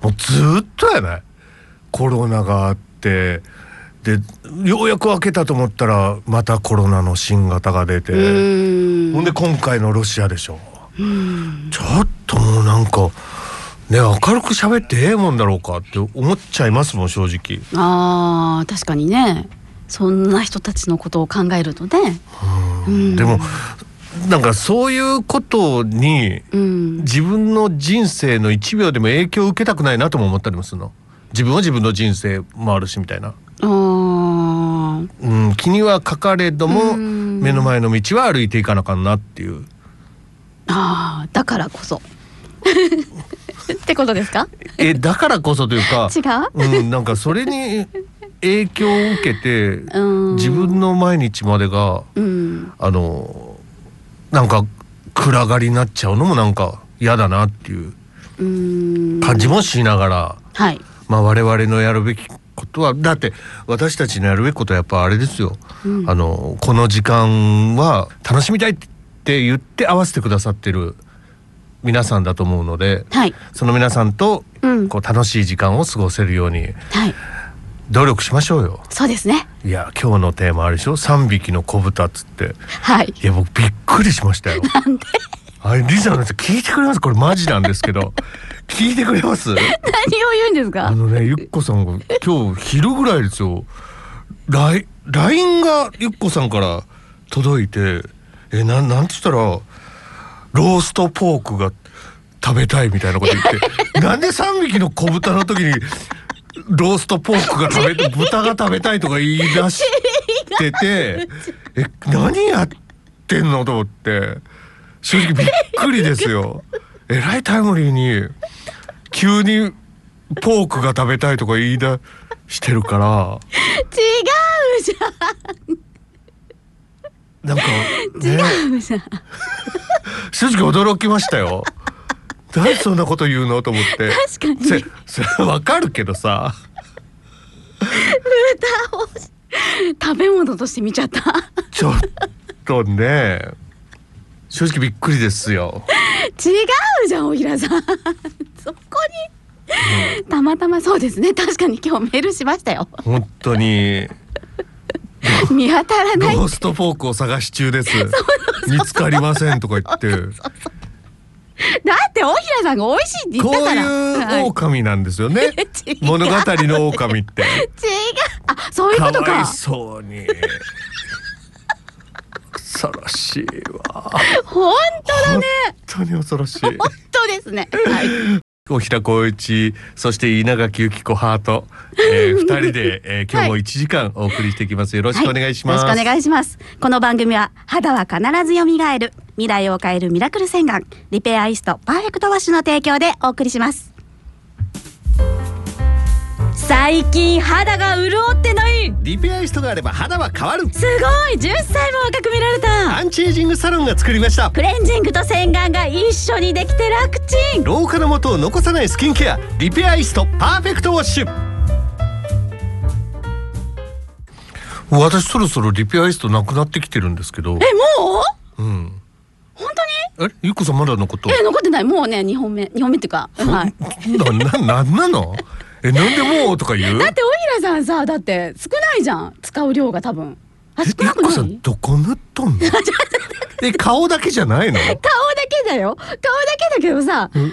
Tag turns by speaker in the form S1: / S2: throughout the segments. S1: もうずーっとやないコロナがあってでようやく開けたと思ったらまたコロナの新型が出てほんで今回のロシアでしょちょっともうなんかね明るく喋ってええもんだろうかって思っちゃいますもん正直
S2: あー確かにねそんな人たちのことを考えるとねうん
S1: でもなんかそういうことに
S2: うん
S1: 自分の人生の1秒でも影響を受けたくないなとも思ったりもするの自分は自分の人生もあるしみたいな、
S2: あー
S1: うん、気にはかかれど
S2: う
S1: も
S2: ん
S1: 目の前の道は歩いていかなかんなっていう
S2: あーだからこそ ってことですか
S1: えだからこそというか
S2: 違う
S1: うん、なんかそれに 影響を受けて
S2: うん
S1: 自分の毎日までが
S2: うん
S1: あのなんか暗がりになっちゃうのもなんか嫌だなっていう
S2: うん
S1: 感じもしながら、
S2: はい
S1: まあ我々のやるべきことはだって私たちのやるべきことはやっぱあれですよ、あのこの時間は楽しみたいって言って合わせてくださってる皆さんだと思うので
S2: はい
S1: その皆さんと
S2: うん
S1: こう楽しい時間を過ごせるように
S2: はい
S1: 努力しましょうよ。
S2: そうですね
S1: いや今日のテーマあれでしょ3匹の子豚っつって
S2: はい
S1: いや僕びっくりしま したよ。あれリザの人聞いてくれますこれマジなんですけど聞いてくれます
S2: 何を言うんですか
S1: あのね、ゆっこさんが今日昼ぐらいですよ。ライ、ラインがゆっこさんから届いて、え、なん、なんつったら。ローストポークが食べたいみたいなこと言って、なんで三匹の子豚の時に。ローストポークが食べて、豚が食べたいとか言い出してて。え、何やってんのと思って。正直びっくりですよ。えらいタイムリーに。急にポークが食べたいとか言い出してるから
S2: 違うじ
S1: なんか、ね、
S2: ゃ ん違うじゃん
S1: 正直驚きましたよ。誰そんなこと言うのと思って
S2: 確かに
S1: せそれわかるけどさ
S2: 豚を食べ物として見ちゃった
S1: ちょっとね正直びっくりですよ。
S2: 違うじゃん大平さんそこに、たまたまそうですね確かに今日メールしましたよ
S1: 本当に
S2: 見当たら
S1: ロ
S2: ない
S1: ーストポークを探し中です。見つかりませんとか言って
S2: だって大平さんが美味しいって言っ
S1: こう
S2: たから
S1: いう
S2: はい
S1: 狼なんですよね
S2: 違う
S1: 物語の狼って。
S2: 違うあそういうこと
S1: かわ
S2: か
S1: いそうに恐ろしいわ
S2: 本当だね
S1: 本当に恐ろしい
S2: 本当ですね、はい、
S1: 小平光一そして稲垣由紀子ハート、 えー、二人で、えー、今日も一時間お送りしていきますよろしくお願いします、
S2: はい、よろしくお願いしますこの番組は肌は必ず蘇る未来を変えるミラクル洗顔リペアイストパーフェクトワッシュの提供でお送りします最近肌が潤ってない
S1: リペアイストがあれば肌は変わる
S2: すごい10歳も若く見られた
S1: アンチエイジングサロンが作りました
S2: クレンジングと洗顔が一緒にできて楽ちん
S1: 老化の元を残さないスキンケアリペアイストパーフェクトウォッシュ私そろそろリペアイストなくなってきてるんですけど
S2: えもう
S1: うん
S2: 本
S1: えゆっこさんまだ残っと
S2: 当にえ残ってないもうね2本目2本目っていうか、はい、
S1: な、な、なんなのえ、なんでもうとか言う
S2: だって大平さんさだって少ないじゃん使う量が多分あ
S1: え、
S2: 少
S1: ゆっ
S2: なく
S1: こ
S2: ない
S1: さんどこ塗っとんのえ、顔だけじゃないの
S2: 顔だけだよ顔だけだけどさ、男の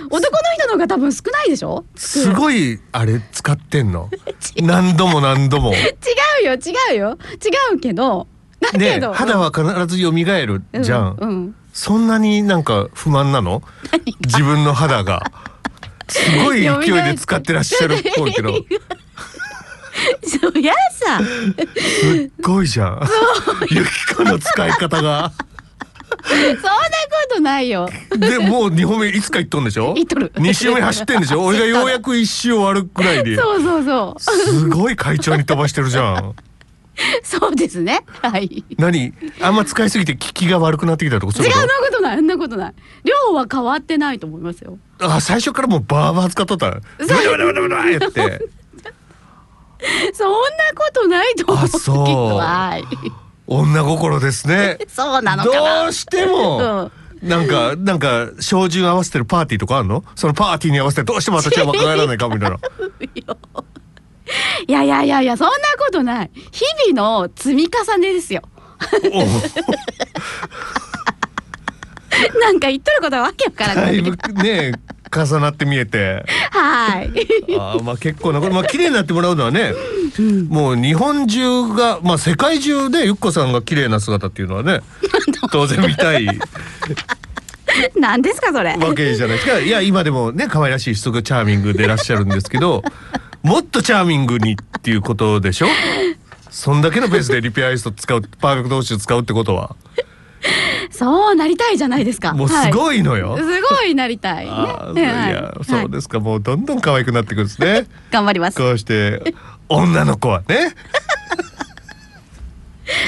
S2: 人の方が多分少ないでしょ
S1: すごい、あれ使ってんの何度も何度も。
S2: 違うよ違うよ違うけどだけ
S1: ね
S2: ど、
S1: 肌は必ず蘇る
S2: うん
S1: じゃん。
S2: うんうん
S1: そんなになんか不満なの自分の肌が。すごい勢いで使ってらっしゃるっぽい けど、す
S2: そりゃさ
S1: っごいじゃん。ゆきこの使い方が。
S2: そんなことないよ
S1: でもう2本目いつか行っとんでしょ
S2: 行っとる
S1: 2周目走ってんでしょ俺がようやく1周終わるくらいで
S2: そうそうそう
S1: すごい会長に飛ばしてるじゃん
S2: そうですねはい違う
S1: 何あんま使いすぎて効きが悪くなってきたとかそういう
S2: そ
S1: こ
S2: んなことないそんなことない量は変わってないと思いますよ
S1: とあ最初からもうバーバー使っとったブラブラブラブラやって
S2: そんなことないと思う
S1: あ
S2: け
S1: そう
S2: どはい
S1: 女心ですね
S2: そうなのかな
S1: どうしても
S2: うん
S1: なんかなんか照準合わせてるパーティーとかあんのそのパーティーに合わせてどうしても私は若返らないかみたいな
S2: いやいやいやいやそんなことない日々の積み重ねですよ
S1: おう
S2: なんか言っとることはわけわからな
S1: だ
S2: い
S1: いぶね重なって見えて
S2: はい
S1: あーまあ結構なことまあ綺麗になってもらうのはねもう日本中がまあ世界中でゆっこさんが綺麗な姿っていうのは ね当然見たい
S2: 何ですかそれ
S1: わけじゃないですか。いや今でもね可愛らしいしつこいチャーミングでいらっしゃるんですけど、もっとチャーミングにっていうことでしょ。そんだけのペースでリペアイスト使うパーフェクトウォッシュ使うってことは
S2: そうなりたいじゃないですか
S1: もうす
S2: は
S1: ごいのよ。
S2: い、すごいなりたいね
S1: あー
S2: ね
S1: い
S2: は
S1: や
S2: い
S1: そうですか、もうどんどん可愛くなってくるんですね。
S2: はい頑張ります
S1: こうして女の子はね。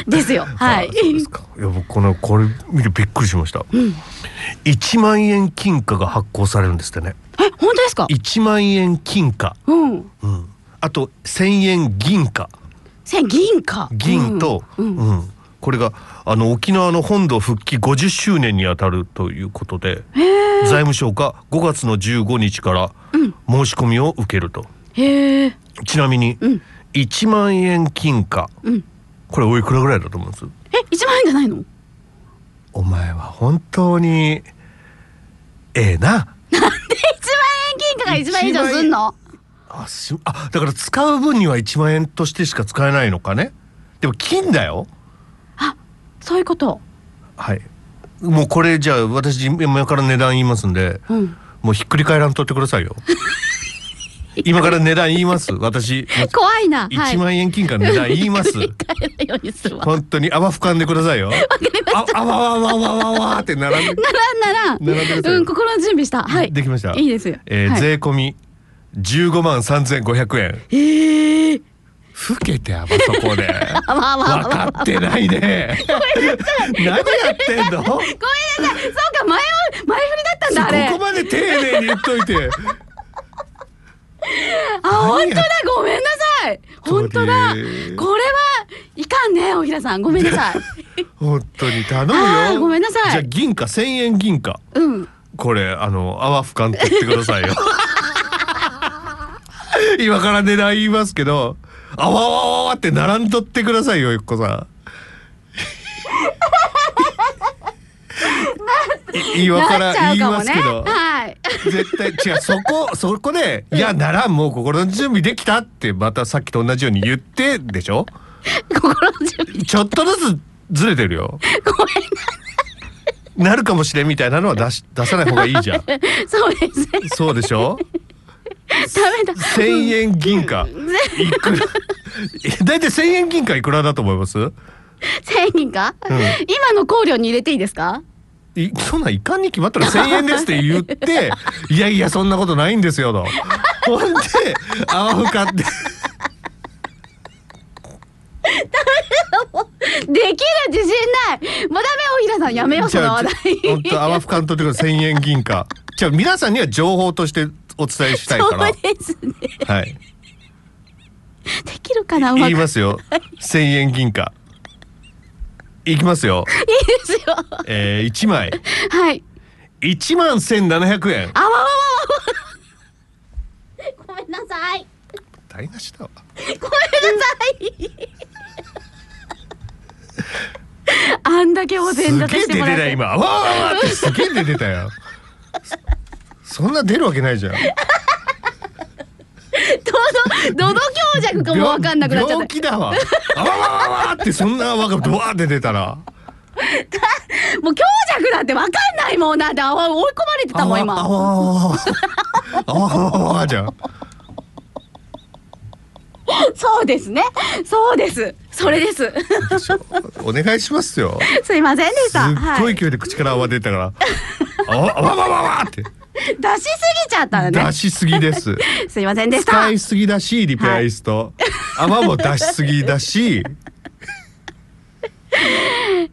S2: ですよは
S1: あ
S2: い
S1: ーそうですか。 いや僕このこれ見てびっくりしました。一、万円金貨が発行されるんですってね。
S2: え本当ですか
S1: 一万円金貨。
S2: うん
S1: うん。あと千円銀貨。
S2: 千銀貨
S1: 銀と、
S2: う
S1: うんん
S2: うん
S1: これがあの沖縄の本土復帰50周年にあたるということで財務省が5月の15日から申し込みを受けると、
S2: へえ
S1: ちなみに、
S2: ん
S1: 1万円金貨、
S2: うん
S1: これおいくらぐらいだと思うんです
S2: え一万円じゃないの
S1: お前は本当にええな
S2: 一万円銀貨が一万円以上すんの
S1: あしあだから使う分には1万円としてしか使えないのかねでも金だよ
S2: そういうこと
S1: はいもうこれじゃあ私今から値段言いますんで
S2: うん
S1: もうひっくり返らんとってくだ さいよ。今から値段言います。私、
S2: 怖いなはい
S1: 1万円金貨の値段言います。
S2: 帰らないようにするわ
S1: 本当に泡吹かんでくださいよ。あ、あわわわわわわって並んで、
S2: ならんな
S1: 並んでくださ
S2: ら
S1: い
S2: んうん心の準備したはい
S1: できました。
S2: いいですよ
S1: えー
S2: はい
S1: 税込み15万3500円。
S2: ええ
S1: ふけてあばそ こで。
S2: あわあわあわ
S1: 分かってない ね。何やってんの？こ
S2: ごめんなさいそうか前を前振りだったんだあれ
S1: こまで丁寧に言っといて。
S2: あ本当だごめんなさい本当だこ
S1: 鳥
S2: れはいかんね大平さんごめんなさい
S1: 本当に頼む
S2: あー
S1: よ。
S2: ごめんなさい
S1: じゃあ銀貨1000円銀貨。
S2: うん
S1: これあの泡ふかんと言ってください よ今から値段言いますけどあわわわわって並んどってくださいよゆっ こさんい今から言いますけど、
S2: はい
S1: 絶対違うそこそこで「いやならんもう心の準備できた」ってまたさっきと同じように言ってでしょ
S2: 心の準備
S1: ちょっとずつずれてるよ
S2: ごめん
S1: なるかもしれんみたいなのは出し出さない方がいいじゃん
S2: そうですね
S1: そうでしょ
S2: ダメだ
S1: 千円銀貨いくらえ大体千円銀貨いくらだと思います
S2: 千人か、
S1: ん
S2: 今の考慮に入れていいですか
S1: いそんなんいかんに決まったら千円ですって言っていやいやそんなことないんですよとほんで泡を買って
S2: できる自信ないもうダメ大平さんやめよう
S1: じ
S2: その
S1: ゃあ
S2: 話題
S1: 本当泡深んとってください千円銀貨じゃあ皆さんには情報としてお伝えしたいか
S2: そう
S1: ら
S2: ですね
S1: はい
S2: できるかなうまく
S1: 言いますよ千円銀貨いきますよ
S2: いいですよ
S1: えー、1枚
S2: はい
S1: 1万1700円
S2: あわわわわわごめんなさい
S1: 台無しだわ
S2: ごめんなさいあんだけお
S1: す
S2: 膳
S1: げえ
S2: 立てして
S1: 出
S2: もら
S1: て
S2: ったて
S1: 今わーわーわーってすげえ出てたよそそんな出るわけないじゃん
S2: どのどの強弱かもわかんなくなっちゃっ
S1: 病気だわあわわわわーってそんなわがドワーって出たら
S2: たもう強弱なんてわかんないもんなんてあわ追い込まれてたもん
S1: あ
S2: 今
S1: わあわあわあわあわわじゃん
S2: そうですねそうですそれです
S1: お願いしますよ
S2: すいませんでし
S1: す
S2: た
S1: っご
S2: はいい、
S1: 勢いで口から泡出たからあわあわわわわって
S2: 出しすぎちゃったのね
S1: 出しすぎです
S2: すいませんでした
S1: 使いすぎだしリペアイスト泡も出しすぎだし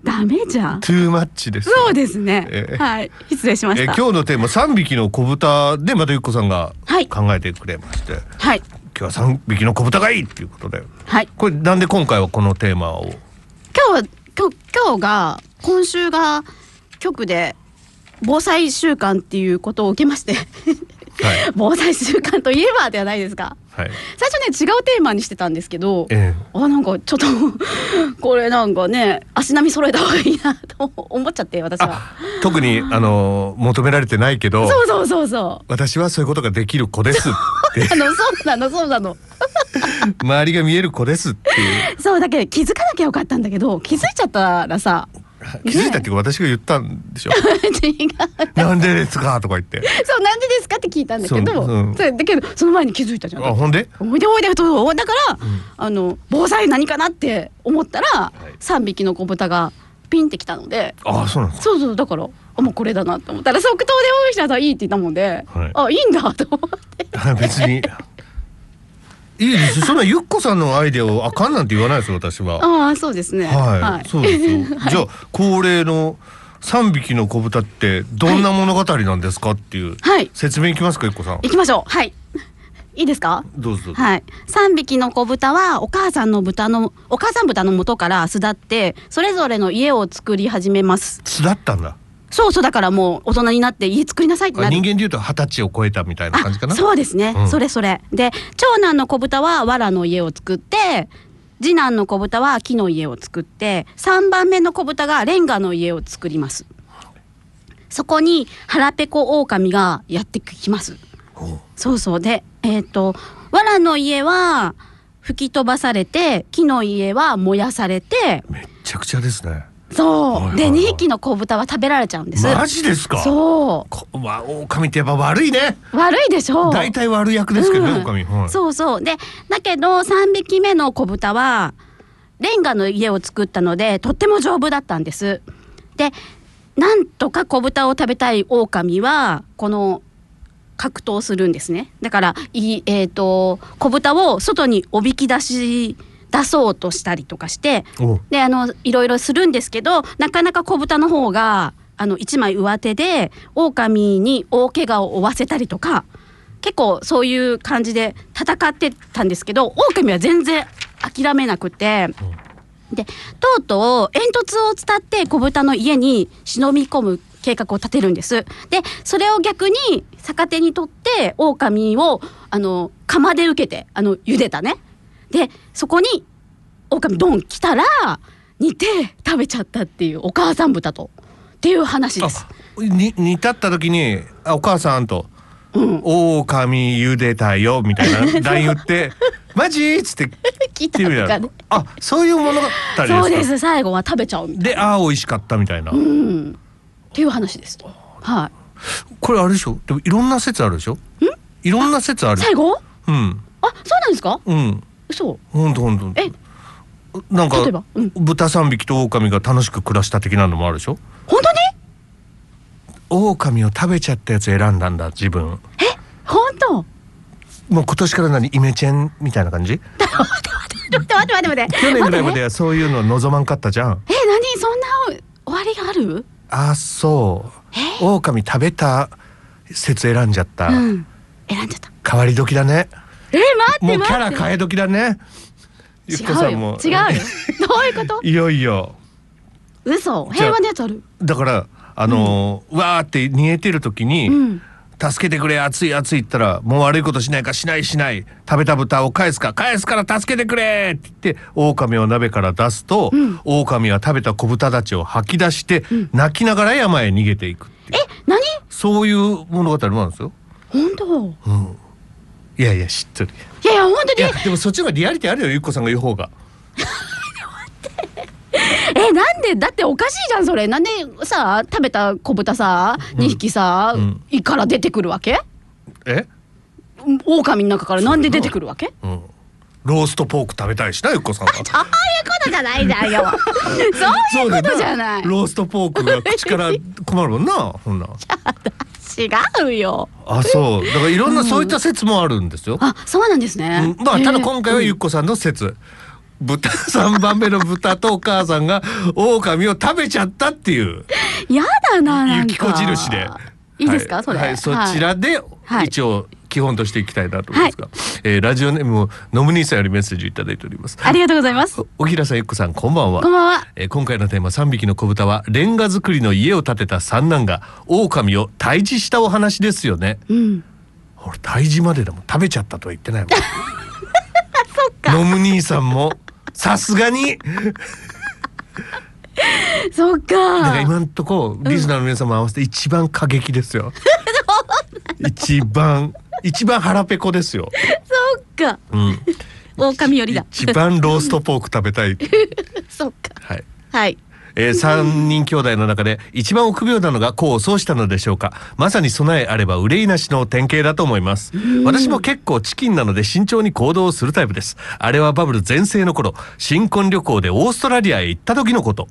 S2: ダメじゃん
S1: トゥーマッチです
S2: そうですね、
S1: ええ
S2: はい失礼しま
S1: え
S2: した
S1: 今日のテーマ三匹の子豚でまたゆっこさんが
S2: はい
S1: 考えてくれまして、
S2: はい
S1: 今日は三匹の子豚がいいっていうことで
S2: はい
S1: これなんで今回はこのテーマを
S2: 今日は今日今日が今週が局で防災週間っていうことを受けまして
S1: はい
S2: 防災週間といえばではないですか
S1: はい
S2: 最初ね違うテーマにしてたんですけど
S1: え
S2: あなんかちょっとこれなんかね足並み揃えた方がいいなと思っちゃって私は
S1: あ特にあの求められてないけど
S2: そうそうそうそう
S1: 私はそういうことができる子ですって
S2: あのそうなのそうなの
S1: 周りが見える子ですっていう
S2: そうだけど気づかなきゃよかったんだけど気づいちゃったらさ
S1: 気づいたっていうか私が言ったんでしょ
S2: 違う
S1: なんでですかとか言って
S2: そうなんでですかって聞いたんだけど
S1: そううん
S2: そうだけどその前に気づいたじゃ
S1: あ
S2: ん
S1: ほんで
S2: おいでおいでとだから、
S1: ん
S2: あの防災何かなって思ったら、
S1: い
S2: 三3匹の子豚がピンってきたので
S1: ああそうなんです
S2: そうそうだからあもうこれだなと思ったら即答で大石田さんいいって言ったもんで、
S1: はい
S2: あいいんだと思って
S1: か 別にいいですそんなゆっこさんのアイデアをあかんなんて言わないですよ私は
S2: ああそうですね
S1: はい、
S2: はい
S1: そうですよ。じゃあ恒例の三匹の子豚ってどんな物語なんですかっていう、
S2: はい
S1: 説明いきますか一個さん。
S2: 行きましょうはいいいですか
S1: どうぞどうぞ。
S2: はい、3匹の子豚はお母さんの豚のお母さん豚の元から巣立ってそれぞれの家を作り始めます
S1: 巣だったんだ。
S2: そうそうだからもう大人になって家作りなさいって
S1: あ
S2: なる
S1: 人間で言うと二十歳を超えたみたいな感じかな。
S2: あそうですね、
S1: うん
S2: それそれで長男の子豚は藁の家を作って次男の子豚は木の家を作って3番目の子豚がレンガの家を作りますそこに腹ペコ狼がやってきます
S1: おう
S2: そうそうでえっ、と藁の家は吹き飛ばされて木の家は燃やされて
S1: めっちゃくちゃですね。
S2: そう、
S1: はいはい
S2: で
S1: はい
S2: 2匹の子豚は食べられちゃうんです
S1: マジですか。う。
S2: そ
S1: こまあ狼ってやっぱ悪いね。
S2: う悪いでしょ
S1: 大体悪役ですけどね、
S2: うん
S1: 狼。はい。
S2: そうそうでだけど3匹目の子豚はレンガの家を作ったのでとっても丈夫だったんです。でなんとか子豚を食べたい狼はこの格闘するんですねだからいえー、と子豚を外におびき出し出そうとしたりとかして
S1: おう
S2: であのいろいろするんですけどなかなか子豚の方があの一枚上手で狼に大怪我を負わせたりとか結構そういう感じで戦ってたんですけど狼は全然諦めなくて。でとうとう煙突を伝って子豚の家に忍び込む計画を立てるんです。でそれを逆に逆手にとって狼をあの釜で受けてあの茹でたね。でそこに狼ドン来たら煮て食べちゃったっていうお母さん豚とっていう話です。
S1: あに煮立った時に「あお母さん」と「
S2: うん
S1: 狼茹でたよ」みたい な LINE 言って「マジ?」っつって
S2: 聞い
S1: 来てみた
S2: た
S1: い
S2: と
S1: な
S2: かね。
S1: あそういう物語ですか
S2: そうです最後は食べちゃうみたい
S1: でああ美味しかったみたいな、
S2: な。うんっていう話です。は
S1: これあれでしょでもいろんな説あるでしょいろんな説あ
S2: い。
S1: る
S2: 最後？
S1: うん
S2: あそうなんですか？
S1: うん
S2: 嘘。
S1: ほんとほんと
S2: え
S1: なんか
S2: 例えばうん
S1: 豚三匹と狼が楽しく暮らした的なのもあるでしょ
S2: 本当に？
S1: 狼を食べちゃったやつ選んだんだ自分
S2: 本当。
S1: もう今年から何イメチェンみたいな感じ
S2: 待って待って待って待って待って待って
S1: 去年ぐらいまで
S2: 待って
S1: はそういうの望まんかったじゃん。
S2: え何そんな終わりがある
S1: あそう。狼食べた説選んじゃった。
S2: うん選んじゃった
S1: 変わり時だね。
S2: え待っ
S1: も
S2: て
S1: うキャ
S2: 待
S1: ラ
S2: って
S1: 変え時だね。ゆっこさ
S2: 違
S1: ん
S2: う
S1: も
S2: よ違うよどういうこと
S1: いよいよ。
S2: 嘘平和のやつある
S1: だからあのーわーって逃げてる時に。
S2: うん
S1: 助けてくれ熱い熱いったらもう悪いことしないかしないしない食べた豚を返すか返すから助けてくれって言って狼を鍋から出すと、
S2: うん
S1: 狼は食べた子豚たちを吐き出して、泣きながら山へ逃げていくっていう
S2: え何
S1: そういう物語もあるんですよ。
S2: 本当
S1: うん、いやいや知ってる。
S2: いやいや本
S1: い
S2: 当に
S1: やでもそっちの方がリアリティあるよゆっこさんが言う方が。
S2: えなんでだっておかしいじゃんそれなんでさ食べた子豚さ2匹さ
S1: うん
S2: 胃から出てくるわけ
S1: え？
S2: 狼の中からなんで出てくるわけ
S1: うん。ローストポーク食べたいしなゆっこさんは。
S2: そういうことじゃないじゃんよそういうことじゃない
S1: ローストポークが口から困るもんなほんなら。
S2: 違うよ
S1: あそうだからいろんなそういった説もあるんですよ。
S2: あそうなんですね
S1: うんまあただ
S2: へえ
S1: 今回はゆっこさんの説。豚3番 目の豚とお母さんが狼を食べちゃったっていう
S2: やだななんか
S1: 雪こ印で
S2: いいですか、
S1: はい
S2: それ、
S1: はい、そちらで
S2: はい
S1: 一応決基本としていきたいなと思いますが、えーラジオネームのむにさんよりメッセージいただいております
S2: ありがとうございます。こ
S1: お平さんゆっこさんこんばんは
S2: んばんは。
S1: えー今回のテーマ3匹の子豚はレンガ造りの家を建てた三男が狼を退治したお話ですよね
S2: うん。
S1: 俺退治までだもん食べちゃったとは言ってないもんノム兄さんもさすがに
S2: そっか。
S1: だから今んとこリスナーの皆様合わせて一番過激ですよ。一番一番腹ペコですよ。
S2: そっか。
S1: うん。
S2: 狼よりだ。
S1: 一番ローストポーク食べたい。
S2: そっか。
S1: はい。
S2: はい。
S1: えー、3人兄弟の中で一番臆病なのが功を奏したのでしょうかまさに備えあれば憂いなしの典型だと思います私も結構チキンなので慎重に行動をするタイプですあれはバブル全盛の頃新婚旅行でオーストラリアへ行った時のこと、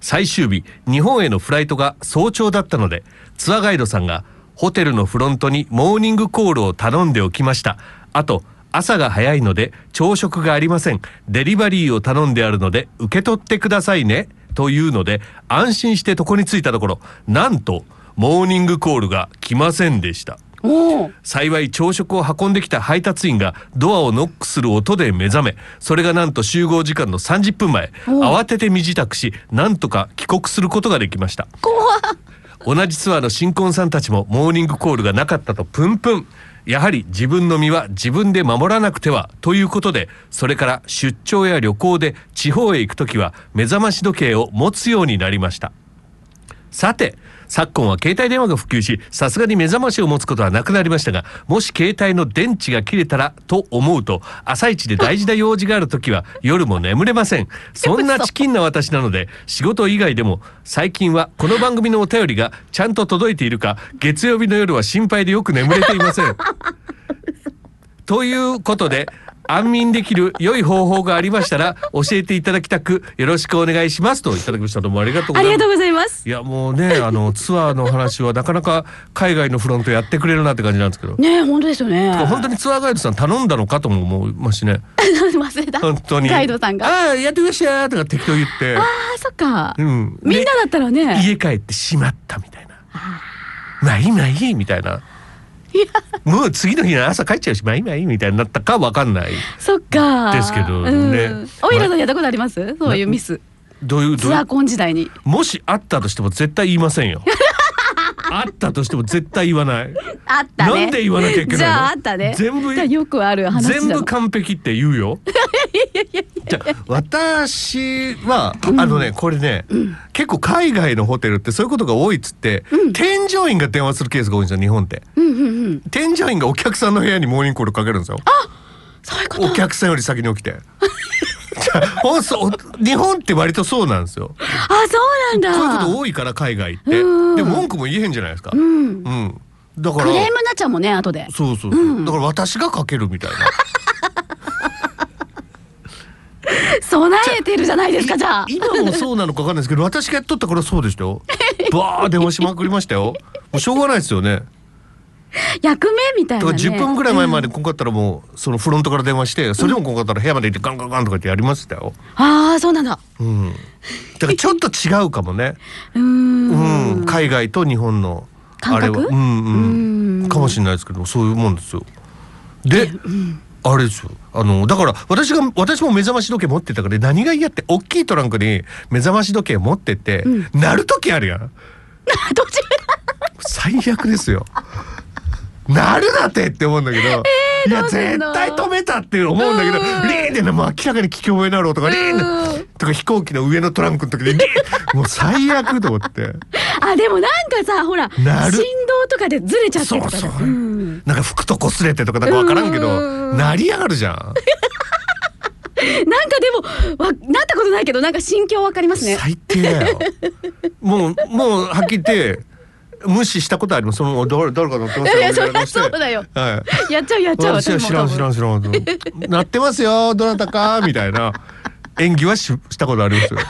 S1: 最終日日本へのフライトが早朝だったのでツアーガイドさんがホテルのフロントにモーニングコールを頼んでおきましたあと朝が早いので朝食がありませんデリバリーを頼んであるので受け取ってくださいねというので安心して床に着いたところなんとモーニングコールが来ませんでした
S2: おお。
S1: 幸い朝食を運んできた配達員がドアをノックする音で目覚めそれがなんと集合時間の30分前
S2: おう
S1: 慌てて身支度しなんとか帰国することができました
S2: 怖っ。
S1: 同じツアーの新婚さんたちもモーニングコールがなかったとプンプンやはり自分の身は自分で守らなくてはということでそれから出張や旅行で地方へ行く時は目覚まし時計を持つようになりましたさて昨今は携帯電話が普及しさすがに目覚ましを持つことはなくなりましたがもし携帯の電池が切れたらと思うと朝一で大事な用事がある時は夜も眠れませんそんなチキンな私なので仕事以外でも最近はこの番組のお便りがちゃんと届いているか月曜日の夜は心配でよく眠れていませんということで安眠できる良い方法がありましたら教えていただきたくよろしくお願いしますといただきましたどうもありがとうご
S2: あ
S1: ざいます
S2: りがとうございます。
S1: いやもう ねあのツアーの話はなかなか海外のフロントやってくれるなって感じなんですけど
S2: ねえ、本当ですよね。
S1: 本当にツアーガイドさん頼んだのかとも思いますしね
S2: 忘れた。
S1: 本当に
S2: ガイドさんが。あ
S1: ああやってくださいとか適当言って
S2: あ、そっか。
S1: うん
S2: みんなだったら
S1: で
S2: ね。
S1: 家帰ってしまったみたいなまあいいまあいいみたいなもう次の日の朝帰っちゃうしまあいいまあいいみたいになったかわかんない
S2: そっか。
S1: ですけどね
S2: うんおいらさんやったことあります？そういうミス。
S1: どういうどう
S2: ツ
S1: い
S2: アー
S1: う
S2: コン時代に。
S1: もしあったとしても絶対言いません よあったとしても絶対言わない
S2: あったね。
S1: なんで言わなきゃいけないの
S2: じゃああったね。
S1: 全部
S2: じゃあよくある話だ。
S1: 全部完璧って言うよ。 じゃあ私は、あのねこれね、結構海外のホテルってそういうことが多いっつって、添乗員が電話するケースが多いんですよ日本って。
S2: うんうんうん。
S1: 添乗員がお客さんの部屋にモーニングコールかけるんですよ。
S2: そういうこと。
S1: お客さんより先に起き て。じゃあほんそう日本って割とそうなんですよ。
S2: あ、そう
S1: こういう
S2: な
S1: こ
S2: んだ。
S1: と多いから海外って。で
S2: うん
S1: も文句も言えへんじゃないですか。
S2: う
S1: うん。
S2: ん。
S1: だか
S2: ク
S1: ら。
S2: レームになっちゃうもんね、後で。
S1: そうそうそう、だから私がかけるみたいな。
S2: 備えてるじゃないですか、じゃあ。
S1: い今もそうなのかわかんないですけど私がやっとった頃そうでしたよバー電話しまくりましたよもうしょうがないですよね
S2: 役目みたい
S1: だ
S2: な、
S1: か
S2: ね。
S1: ら10分ぐらい前までこんかったらもうそのフロントから電話してそれでもこんかったら部屋まで行ってガンガンガンとかってやりましたよ、
S2: ああ、そうなんだ。
S1: うん、だからちょっと違うかもね、
S2: うーん。
S1: うん、海外と日本のあれは
S2: 感覚
S1: うんうん
S2: うん
S1: かもしれないですけどそういうもんですよで、あれですよあのだから私が私も目覚まし時計持ってたから何が嫌って大きいトランクに目覚まし時計持ってて、鳴る時あるやん
S2: 途中
S1: 最悪です よ。なるなってって思うんだけど、いや
S2: どうすん
S1: 絶
S2: の
S1: 対止めたって思うんだけど、
S2: う
S1: リ
S2: ん
S1: ーンでねもう明らかに聞き覚えなろうとかリーンでとか飛行機の上のトランクの時でリーンもう最悪と思って。
S2: あ、でもなんかさ、ほら、振
S1: なる
S2: 動とかでずれちゃって
S1: そ
S2: ると
S1: う
S2: か
S1: そ
S2: だ
S1: う。
S2: ん
S1: なんか服と擦れてとかなんかわからんけど、
S2: うん
S1: なりやがるじゃん。
S2: なんかでも、わ、なったことないけど、なんか心境わかりますね。
S1: 最低だよ。もうもうはっきり言って無視したことあります。その誰誰か乗ってますよ。
S2: いやいやそりゃ
S1: みたな顔して
S2: そうだよ
S1: はい。
S2: やっちゃう、やっちゃう。
S1: 私は知らん知ら
S2: ん。
S1: ん知らんなってますよどなたかみたいな演技はししたことありますよ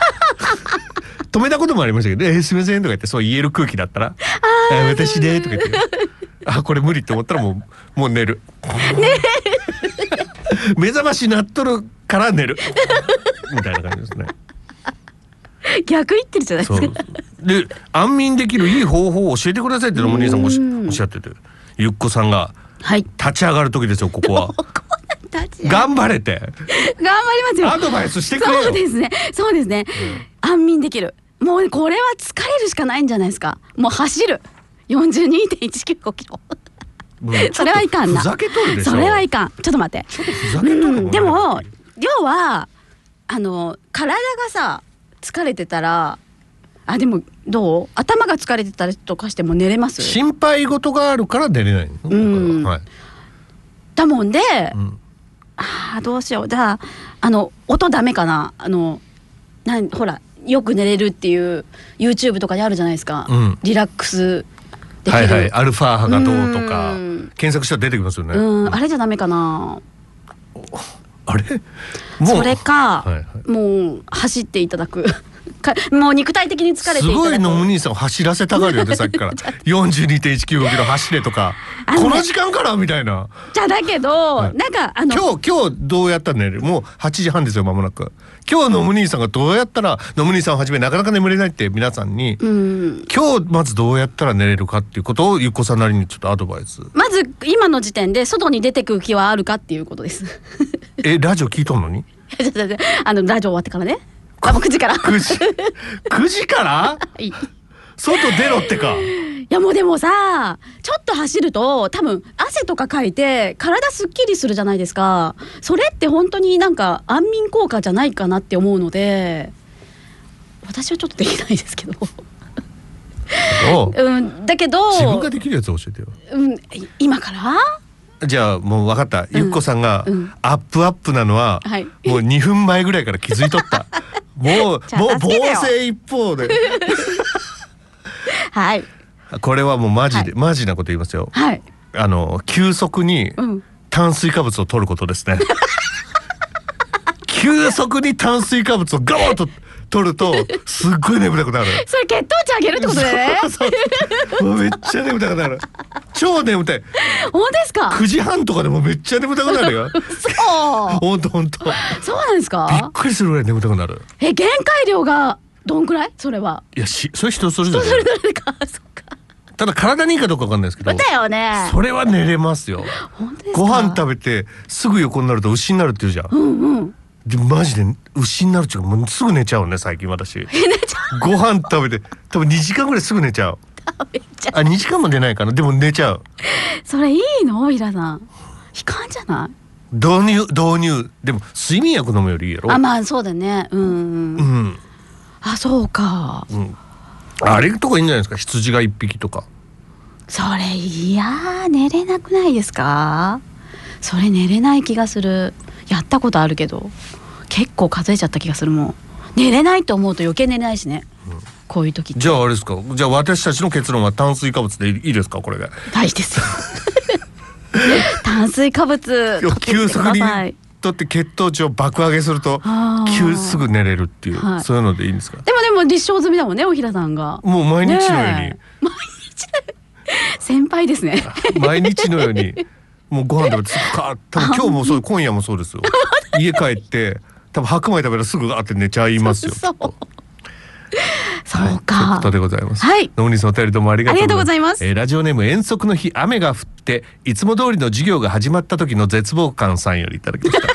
S1: 止めたこともありましたけど「えーすみません」とか言ってそう言える空気だったら「えー私で」とか言って「あこれ無理」って思ったらもうもう寝る目覚ましなっとるから寝るみたいな感じですね
S2: 逆言ってるじゃないで
S1: そう
S2: す
S1: そう
S2: か。
S1: で安眠できるいい方法を教えてくださいって野村兄さんがおし
S2: うん
S1: おっしゃっててゆっこさんが
S2: はい。
S1: 立ち上がる時ですよここは
S2: ここなん立ち上が
S1: 頑張れて
S2: 頑張りますよ。
S1: アドバイスしてくれよ
S2: そうですね。そうですね。安眠できる。もうこれは疲れるしかないんじゃないですか。もう走る。四十二点一九五キロ。
S1: もうちょっと
S2: それはいかんな
S1: ふざけとるでしょ
S2: それはいかん。ちょっと待って。
S1: ちょっとふざけとる
S2: う
S1: の
S2: ん、でも要はあの体がさ疲れてたらあでもどう頭が疲れてたりとかしても寝れます
S1: 心配事があるから寝れないの
S2: うん
S1: はい
S2: だもんで、
S1: うん
S2: あーどうしようじゃああの音ダメかなあのなんほらよく寝れるっていう YouTube とかにあるじゃないですか、
S1: うん
S2: リラックスできる、
S1: はいはいアルファ波がどうとか
S2: うん
S1: 検索したら出てきますよね
S2: うんあれじゃダメかな
S1: あれもう
S2: それか、
S1: はいはい
S2: もう走っていただく かもう肉体的に疲れていただく
S1: すごいのお兄さんを走らせたがるよ ねさっきから42.195キロ走れとか
S2: あのね
S1: この時間からみたいな
S2: じゃあだけど、
S1: い
S2: なんかあの
S1: 今日今日どうやったら寝れるもう8時半ですよまもなく今日のむ兄さんがどうやったらのむ兄さんをはじめなかなか眠れないって皆さんに
S2: うん
S1: 今日まずどうやったら寝れるかっていうことをゆっこさんなりにちょっとアドバイス
S2: まず今の時点で外に出てく気はあるかっていうことです。
S1: えラジオ聞いとんのに
S2: ちょっと待ってあのラジオ終わってからね。あもう9時から。
S1: 9時9時から
S2: はいい
S1: 外出ろってか
S2: やもうでもさちょっと走ると多分汗とかかいて体すっきりするじゃないですかそれって本当になんか安眠効果じゃないかなって思うので私はちょっとできないですけど、
S1: お
S2: うん、だけど
S1: 自分ができるやつ教えてよ
S2: うん、今から
S1: じゃあもう分かった、ゆっこさんが
S2: うん
S1: アップアップなのは、
S2: はい
S1: もう2分前ぐらいから気づいとった もう
S2: じゃあ
S1: もう
S2: 助
S1: 防
S2: けてよ
S1: 勢一方で
S2: はい
S1: これはもうマジで、
S2: は
S1: マジなこと言いますよ
S2: はい、
S1: あの急速に
S2: うん、
S1: 炭水化物を取ることですね急速に炭水化物をガーッと取るとすっごい眠たくなる
S2: それ血糖値上げるってことでね
S1: そうそうもうめっちゃ眠たくなる超眠たい
S2: 本当ですか
S1: 9時半とかでもめっちゃ眠たくなるよ
S2: そう
S1: ほんとほんとび
S2: そうなんです
S1: っ
S2: か
S1: くりするぐらい眠たくなる
S2: え限界量がどんくらいそれはい
S1: やしそれ人それぞれ
S2: それぞれかそっか
S1: ただ体にいいかどうかわかんないですけど
S2: だよね
S1: それは寝れますよ
S2: 本当ですか
S1: ご飯食べてすぐ横になると牛になるって言うじゃん、
S2: うんうん
S1: でマジで牛になるっていうかもうすぐ寝ちゃうね最近 私ご飯食べて多分2時間ぐらいすぐ寝ちゃう
S2: 食べちゃ
S1: あ2時間も寝ないかなでも寝ちゃう
S2: うそれいいのイラさん悲観じゃない
S1: 導入導入でも睡眠薬飲むよりいいやろ
S2: あまあそうだねうん、う、
S1: うんん
S2: あそうか
S1: うんあれとかいいんじゃないですか羊が1匹とか
S2: それいやー寝れなくないですかそれ寝れない気がするやったことあるけど結構数えちゃった気がするもん寝れないと思うと余計寝れないしね、こういう時って
S1: じゃああれですかじゃあ私たちの結論は炭水化物でいいですかこれで
S2: 大事ですよ 炭水化物取っ て
S1: 急
S2: みてく
S1: 速
S2: だ
S1: に
S2: さい
S1: とって血糖値を爆上げすると
S2: あー
S1: 急すぐ寝れるっていう、
S2: はい
S1: そういうのでいいんですか
S2: でもでも立証済みだもんねおひらさんが
S1: もう毎日のように、
S2: ねえ毎日のように先輩ですね
S1: 毎日のようにもうご飯食べてすぐか多分今日もそう今夜もそうですよ家帰って多分白米食べたらすぐあって寝ちゃいますよ
S2: そう
S1: きっと
S2: そう
S1: はい、という
S2: か
S1: ことでございます。
S2: はい
S1: のむにさんお便りどうもありがとう
S2: あ
S1: えーラジオネーム遠足の日雨が降っていつも通りの授業が始まった時の絶望感さんよりいただきま した。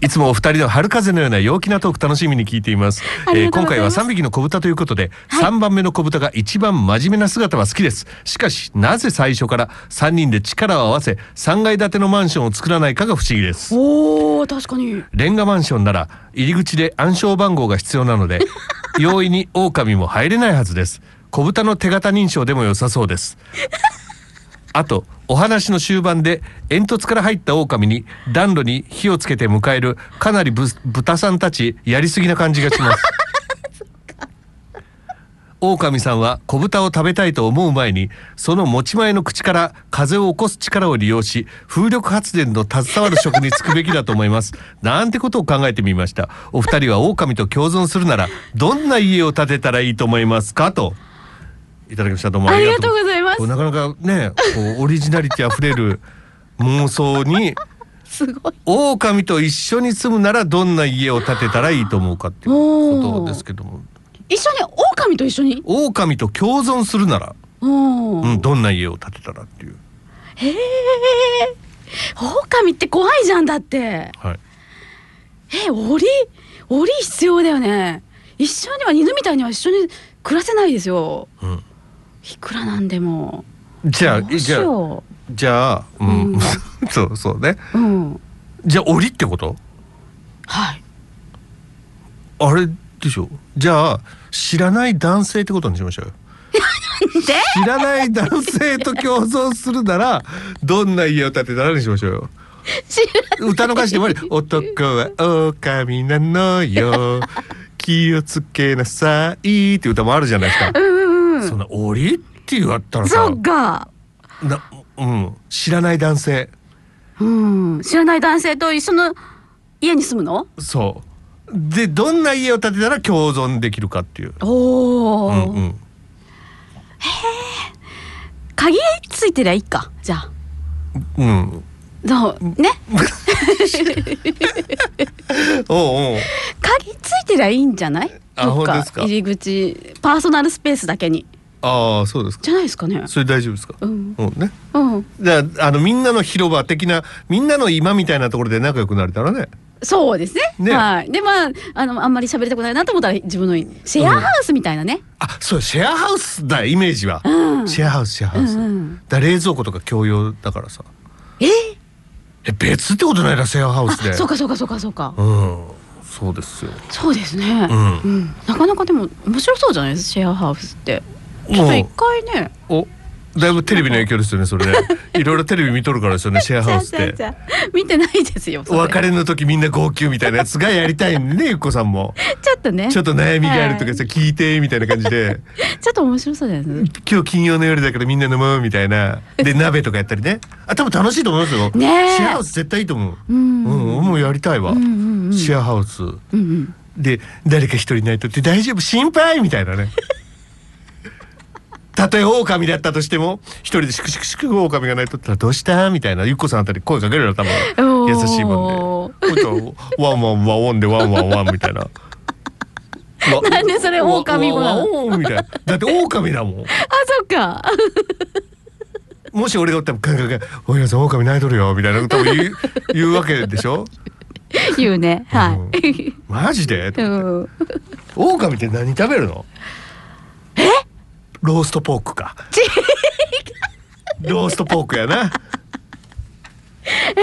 S1: いつもお二人の春風のような陽気なトーク楽しみに聞いています。
S2: ありがとうござい
S1: 今回は
S2: ます
S1: 三匹の子豚ということで、三番目の子豚が一番真面目な姿は好きです。しかし、なぜ最初から三人で力を合わせ、三階建てのマンションを作らないかが不思議です。
S2: おー確かに
S1: レンガマンションなら入り口で暗証番号が必要なので容易に狼も入れないはずです小豚の手形認証でも良さそうですあとお話の終盤で煙突から入った狼に暖炉に火をつけて迎えるかなりぶ豚さんたちやりすぎな感じがします狼さんは小豚を食べたいと思う前にその持ち前の口から風を起こす力を利用し風力発電の携わる職に就くべきだと思いますなんてことを考えてみましたお二人は狼と共存するならどんな家を建てたらいいと思いますかといただきましたどうもありがとう
S2: ありがとうございます
S1: こうなかなかねこうオリジナリティあふれる妄想に
S2: すごい
S1: 狼と一緒に住むならどんな家を建てたらいいと思うかっていうことですけども
S2: 一緒に狼と一緒に
S1: 狼と共存するなら
S2: おお、
S1: うん、どんな家を建てたらっていう。
S2: へえ狼って怖いじゃんだって
S1: はい。
S2: え檻檻必要だよね一緒には犬みたいには一緒に暮らせないですよ
S1: うん。
S2: いくらなんでも
S1: じゃあ、
S2: どうし
S1: じゃあ、
S2: よ
S1: じゃあ、う
S2: うんん、
S1: そう、そうね。
S2: ううん
S1: じゃあ、檻ってこと。
S2: はい
S1: あれでしょじゃあ、知らない男性ってことにしましょう よ。
S2: で
S1: 知らない男性と共存するなら、どんな家を建てたらにしましょうよ。
S2: 知ら
S1: 歌の歌詞でも ある「男は狼なのよ気をつけなさい」っていう歌もあるじゃないですか。
S2: うんうんうん
S1: そんな「檻」って言われたら
S2: そ
S1: さ
S2: うか
S1: な、うん、知らない男性
S2: うん知らない男性と一緒の家に住むの
S1: そうでどんな家を建てたら共存できるかっていう。
S2: お
S1: う
S2: お、
S1: んうん、
S2: 鍵ついてりゃいいかじゃあ
S1: うん、
S2: どうね
S1: おうおう
S2: 鍵ついてりゃいいんじゃない
S1: あ
S2: どっ
S1: 本当ですか
S2: 入り口パーソナルスペースだけに
S1: ああそうですか
S2: じゃないですかね
S1: それ大丈夫ですか、
S2: うん
S1: うんね
S2: うん
S1: じゃああのみんなの広場的なみんなの今みたいなところで仲良くなれたらね
S2: そうですね
S1: ね
S2: はいでまああのあんまり喋りたくないなと思ったら自分のシェアハウスみたいなね、
S1: あそうシェアハウスだイメージは、
S2: うん
S1: シェアハウスシェアハウス、
S2: うんうん
S1: だ冷蔵庫とか共用だからさ
S2: えー
S1: え別ってことないなシェアハウスで
S2: あそうかそうかそうかそうか、
S1: うんそうですよ
S2: そうですね、
S1: うん
S2: なかなかでも面白そうじゃないですかシェアハウスってちょっと一回ね
S1: おだいぶテレビの影響ですよねそ れねいろいろテレビ見とるからですよねシェアハウスっ
S2: じゃ
S1: て
S2: あじゃあじゃあ見てないですよそ
S1: お
S2: れ
S1: 別れの時みんな号泣みたいなやつがやりたいんでねゆっこさん も
S2: ちょっとね
S1: ちょっと悩みがあると
S2: は
S1: か
S2: い
S1: さ聞いてみたいな感じで
S2: ちょっと面白そうじゃないですか
S1: 今日金曜の夜だからみんな飲もうみたいなで鍋とかやったりねあ多分楽しいと思いますよ
S2: ねえ
S1: シェアハウス絶対いいと思う
S2: うん
S1: うん、もうやりたいわ、
S2: うんうんうん
S1: シェアハウス
S2: うん うん
S1: で誰か一人いないとって大丈夫心配みたいなね たとえ狼だったとしても一人でシクシクシク狼がないとったらどうしたみたいなゆっこさんあたり声かけるよ多分
S2: お
S1: 優
S2: ー
S1: しいもんでこいつはワンワンワンワンでワンワンワンみたいな。
S2: なんでそれ狼語なの
S1: ワンワンワンみたいなだって狼だもん
S2: あそっか
S1: もし俺がおったらガンガンガン「おいやさん狼泣いとるよ」みたいなことを言う言うわけでしょ
S2: 言うねは
S1: マジで
S2: い、 うん、
S1: 狼って何食べるのえローストポークか ローストポークやな
S2: え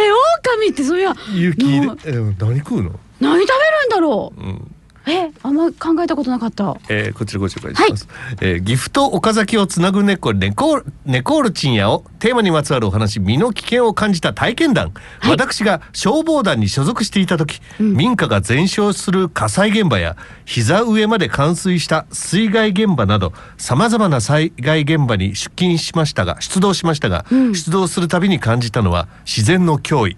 S2: 狼ってそりゃ
S1: 雪で
S2: な
S1: え何食うの、
S2: 何食べるんだろう
S1: うん
S2: えあんま考えたことなかった
S1: えーこちらご紹介します、えー岐阜と岡崎をつなぐ猫ネコネコールチンヤをテーマにまつわるお話身の危険を感じた体験談、
S2: はい
S1: 私が消防団に所属していた時、民家が全焼する火災現場や膝上まで冠水した水害現場などさまざまな災害現場に出勤しましたが出動しましたが、出動するたびに感じたのは自然の脅威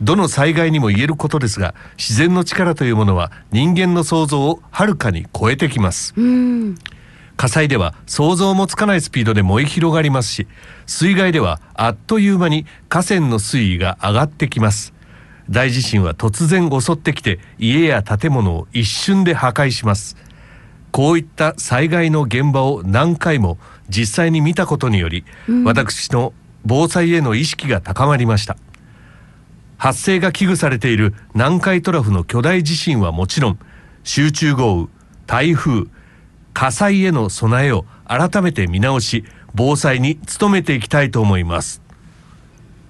S1: どの災害にも言えることですが自然の力というものは人間の想像をはるかに超えてきます
S2: うん
S1: 火災では想像もつかないスピードで燃え広がりますし水害ではあっという間に河川の水位が上がってきます大地震は突然襲ってきて家や建物を一瞬で破壊しますこういった災害の現場を何回も実際に見たことにより、私の防災への意識が高まりました発生が危惧されている南海トラフの巨大地震はもちろん集中豪雨台風火災への備えを改めて見直し防災に努めていきたいと思います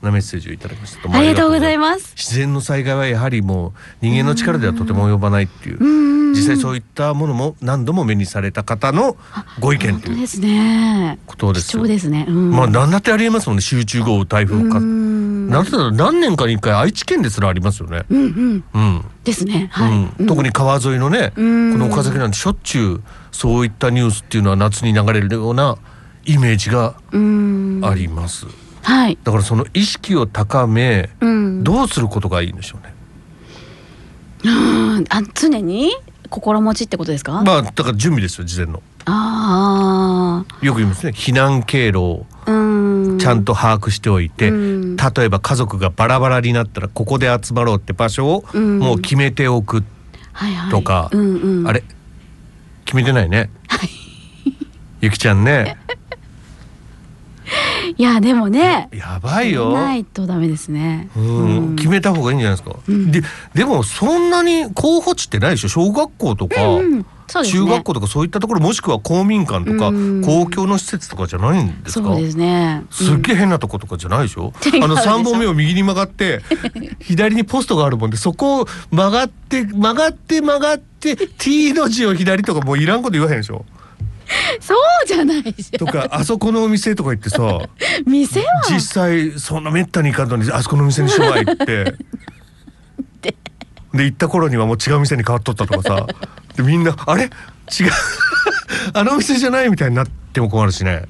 S1: なメッセージをいただきましたども
S2: ありがとうございます
S1: 自然の災害はやはりもう人間の力ではとても及ばないっていう
S2: うん
S1: 実際そういったものも何度も目にされた方のご意見
S2: 本
S1: と
S2: 当
S1: いう
S2: ですね
S1: ことです
S2: 貴
S1: よ
S2: 重ですねうん
S1: まあ何だってありえますもんね集中豪雨台風か
S2: うん
S1: なんだったら何年かに一回愛知県ですらありますよね
S2: うんうん
S1: うん
S2: ですねはい、
S1: うん、特に川沿いのね、
S2: うん
S1: この岡崎なんてしょっちゅうそういったニュースっていうのは夏に流れるようなイメージが
S2: うん
S1: あります、
S2: はい
S1: だからその意識を高め
S2: うん
S1: どうすることがいいんでしょうね、
S2: うんあ常に心持ちってことですか、
S1: まあだから準備ですよ事前の
S2: あ
S1: よく言いますね避難経路を
S2: あうん
S1: ちゃんと把握しておいて、
S2: うん
S1: 例えば家族がバラバラになったらここで集まろうって場所を
S2: うん
S1: もう決めておく、
S2: はいはい、
S1: とか
S2: うんうん、
S1: あれ決めてないね、ゆきちゃんね
S2: いやでもね
S1: やばいよ。
S2: ないとダメですね。
S1: うん
S2: うん
S1: 決めた方がいいんじゃないですか、
S2: ん
S1: ででもそんなに候補地ってないでしょ小学校とか、
S2: うんそうですね
S1: 中学校とかそういったところもしくは公民館とか、
S2: うん
S1: 公共の施設とかじゃないんですか
S2: そうですね。
S1: すっげえ変なとことかじゃないでしょ、
S2: 違う
S1: あの
S2: でしょ
S1: 3本目を右に曲がって 左にポストがあるもんでそこを曲がって曲がって曲がって T の字を左とかもういらんこと言わへんでしょ
S2: うんそうじゃないし。
S1: とかあそこのお店とか言って さ
S2: 店は
S1: 実際そんなめったに行かんのにあそこのお店にしようが行ってで行った頃にはもう違う店に変わっとったとかさでみんなあれ違う あのお店じゃないみたいになっても困るしね。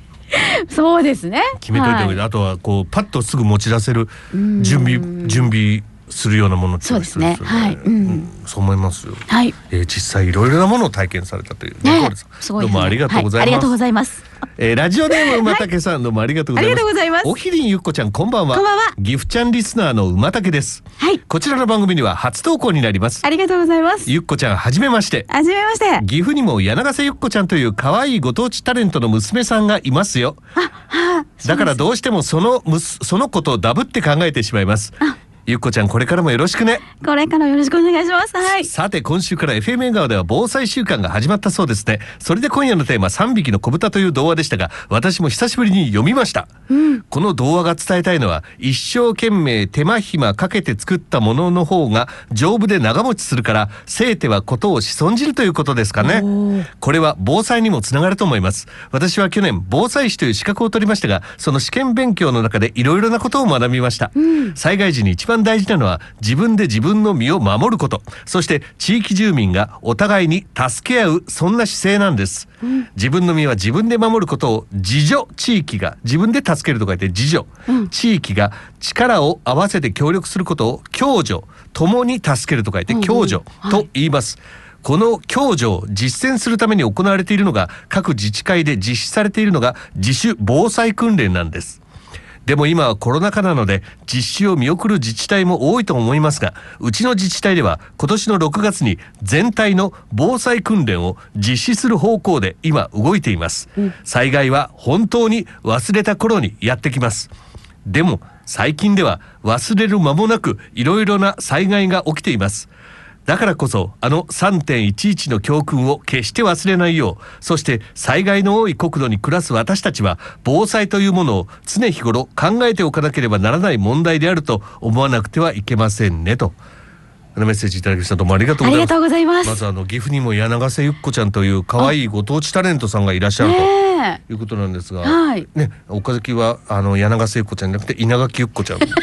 S2: そうですね。
S1: 決めといた方がいい、
S2: は
S1: あとはこうパッとすぐ持ち出せる
S2: うん
S1: 準備準備するようなものっていのが必要よ
S2: そうですねはいうん
S1: そう思いますよ、
S2: はい。
S1: えー実際いろいろなものを体験されたというニコールさん
S2: すごい
S1: どう
S2: ですね
S1: もありがとうござい
S2: はありが
S1: ます、
S2: とうございます。
S1: えーラジオネーム馬竹さん、どうもありがとうございます
S2: ありがとうございます
S1: おひりんゆっこちゃんこんばんは
S2: こんばんは
S1: ギフちゃんリスナーの馬竹です
S2: はい。
S1: こちらの番組には初投稿になります
S2: ありがとうございます。
S1: ゆっこちゃんはじめまして
S2: はじめまして。
S1: 岐阜にも柳瀬ゆっこちゃんという可愛いご当地タレントの娘さんがいますよ
S2: は
S1: だからどうしてもそのむすその子とダブって考えてしまいます。ゆっこちゃんこれからもよろしくね。
S2: あこれからよろしくお願いします。はい。
S1: さて今週から FM 縁側では防災週間が始まったそうですね。それで今夜のテーマ3匹の子豚という童話でしたが、私も久しぶりに読みました。この童話が伝えたいのは一生懸命手間暇かけて作ったものの方が丈夫で長持ちするから、せいてはことをし損じるということですかね。これは防災にもつながると思います。私は去年防災士という資格を取りましたが、その試験勉強の中でいろいろなことを学びました。災害時に一番大事なのは自分で自分の身を守ること、そして地域住民がお互いに助け合うそんな姿勢なんです。自分の身は自分で守ることを自助地域が自分で助けると書いて自助、地域が力を合わせて協力することを共助共に助けると書いて共助と言います。この共助を実践するために行われているのが各自治会で実施されているのが自主防災訓練なんです。でも今はコロナ禍なので実施を見送る自治体も多いと思いますがうちの自治体では今年の6月に全体の防災訓練を実施する方向で今動いています、災害は本当に忘れた頃にやってきますでも最近では忘れる間もなくいろいろな災害が起きていますだからこそあの3.11の教訓を決して忘れないようそして災害の多い国土に暮らす私たちは防災というものを常日頃考えておかなければならない問題であると思わなくてはいけませんねと。あのメッセージいただきましたどうもありがとう
S2: あ
S1: ご
S2: り
S1: ざいます
S2: がとうございま。
S1: ますずあの岐阜にも柳瀬ゆっこちゃんという可愛いご当地タレントさんがいらっしゃると
S2: ね
S1: いうことなんですが、
S2: はい
S1: ね、岡崎はあの柳瀬ゆっこちゃんじゃなくて稲垣ゆっこちゃん。
S2: え。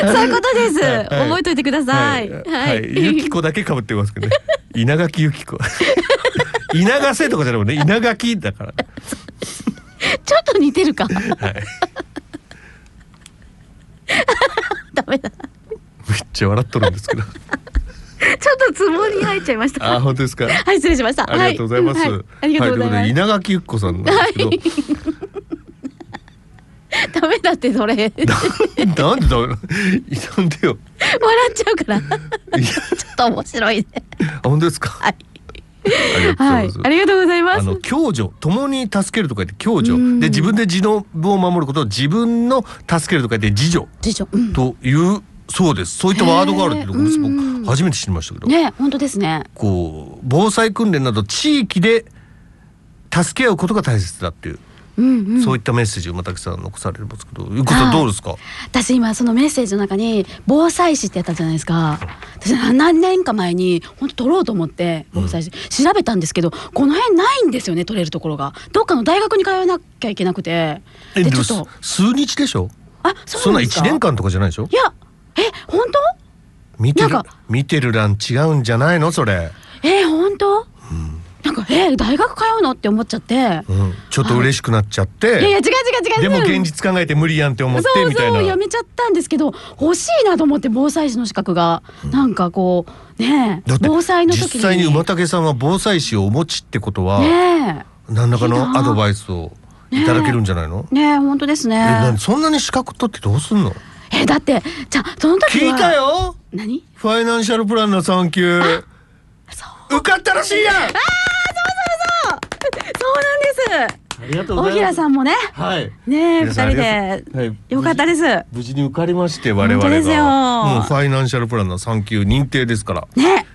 S2: そういうことです。
S1: はい
S2: 覚えといてください。
S1: は
S2: は
S1: はいゆき
S2: い。
S1: こだけ被ってます けどね。稲垣ゆき こ。稲賀瀬とかじゃなくてね、稲垣だから。
S2: ちょっと似てるか。
S1: はい。
S2: ダメだ。ち
S1: めっちゃ笑っとるんですけど。
S2: ょっとツボに入っちゃいました。
S1: あ、
S2: は
S1: 本当ですか。
S2: い、失礼しました。
S1: ありがとうございます。
S2: ははありがとうござい
S1: はということで
S2: ま。
S1: す稲垣ゆっこさんなんですけ
S2: ダメだって それ。笑っ
S1: ど。なんでだめなの。なんでよ。
S2: ちゃうから。
S1: いや
S2: ちょっと面白いね。
S1: あ本当ですか。
S2: はい。
S1: ありがとうござま
S2: はいい
S1: す。。
S2: ありがとうございま
S1: あ
S2: す
S1: の。共助共に助けると書いて共助
S2: うん
S1: で自分で自動を守ることを自分の助けると書いて自助
S2: でしょ。うん
S1: というそうですそういったワードがあるっていうの
S2: へ
S1: が
S2: ー
S1: 僕初めて知りましたけど、
S2: ね、本当ですね。
S1: こう防災訓練など地域で助け合うことが大切だっていう、
S2: うんうん。
S1: そういったメッセージを馬竹さん残されますけどゆっこさん
S2: はい
S1: どうですか、
S2: 私今そのメッセージの中に防災士ってやったじゃないですか私何年か前に本当取ろうと思って防災士、調べたんですけどこの辺ないんですよね取れるところがどっかの大学に通わなきゃいけなくて
S1: えで
S2: でち
S1: も
S2: ょっと
S1: 数日でしょ
S2: あそ
S1: そ
S2: うんな
S1: なん
S2: です
S1: 1
S2: か
S1: 年間とかじゃないでしょ
S2: いやえ本
S1: 見てる
S2: なんか
S1: 見てる欄違うんじゃないのそれ、
S2: 当え本当、なんかえ大学通うのって思っちゃって、
S1: うん、ちょっと嬉しくなっちゃって、
S2: いやいや違う違う違う
S1: でも現実考えて無理やんって思って
S2: そう
S1: みたいな
S2: そうやめちゃったんですけど欲しいなと思って防災士の資格が、なんかこうねえ
S1: だって
S2: 防災の時に
S1: 実際に馬竹さんは防災士をお持ちってことは、
S2: ね
S1: 何らか
S2: いい
S1: の
S2: な
S1: アドバイスをいただけるんじゃないの、
S2: えねえ本当です
S1: えな
S2: ね
S1: んそんなに資格取ってどうすんの
S2: えだってじゃあその時
S1: 聞
S2: はい
S1: たよ
S2: 何
S1: ファイナンシャルプランナー3級
S2: そ う
S1: 受かったらしいやん
S2: そうなんです
S3: ありがとうご
S2: 大
S3: ざいま
S2: 平
S3: す
S2: さんもね
S3: はい
S2: ねえ二
S1: 皆さん
S2: 人で
S3: はい
S2: よかったですね
S3: 無事に受かりまして我
S2: 本
S3: 々
S2: 当ですよ
S3: が
S1: もうファイナンシャルプランナー3級認定ですから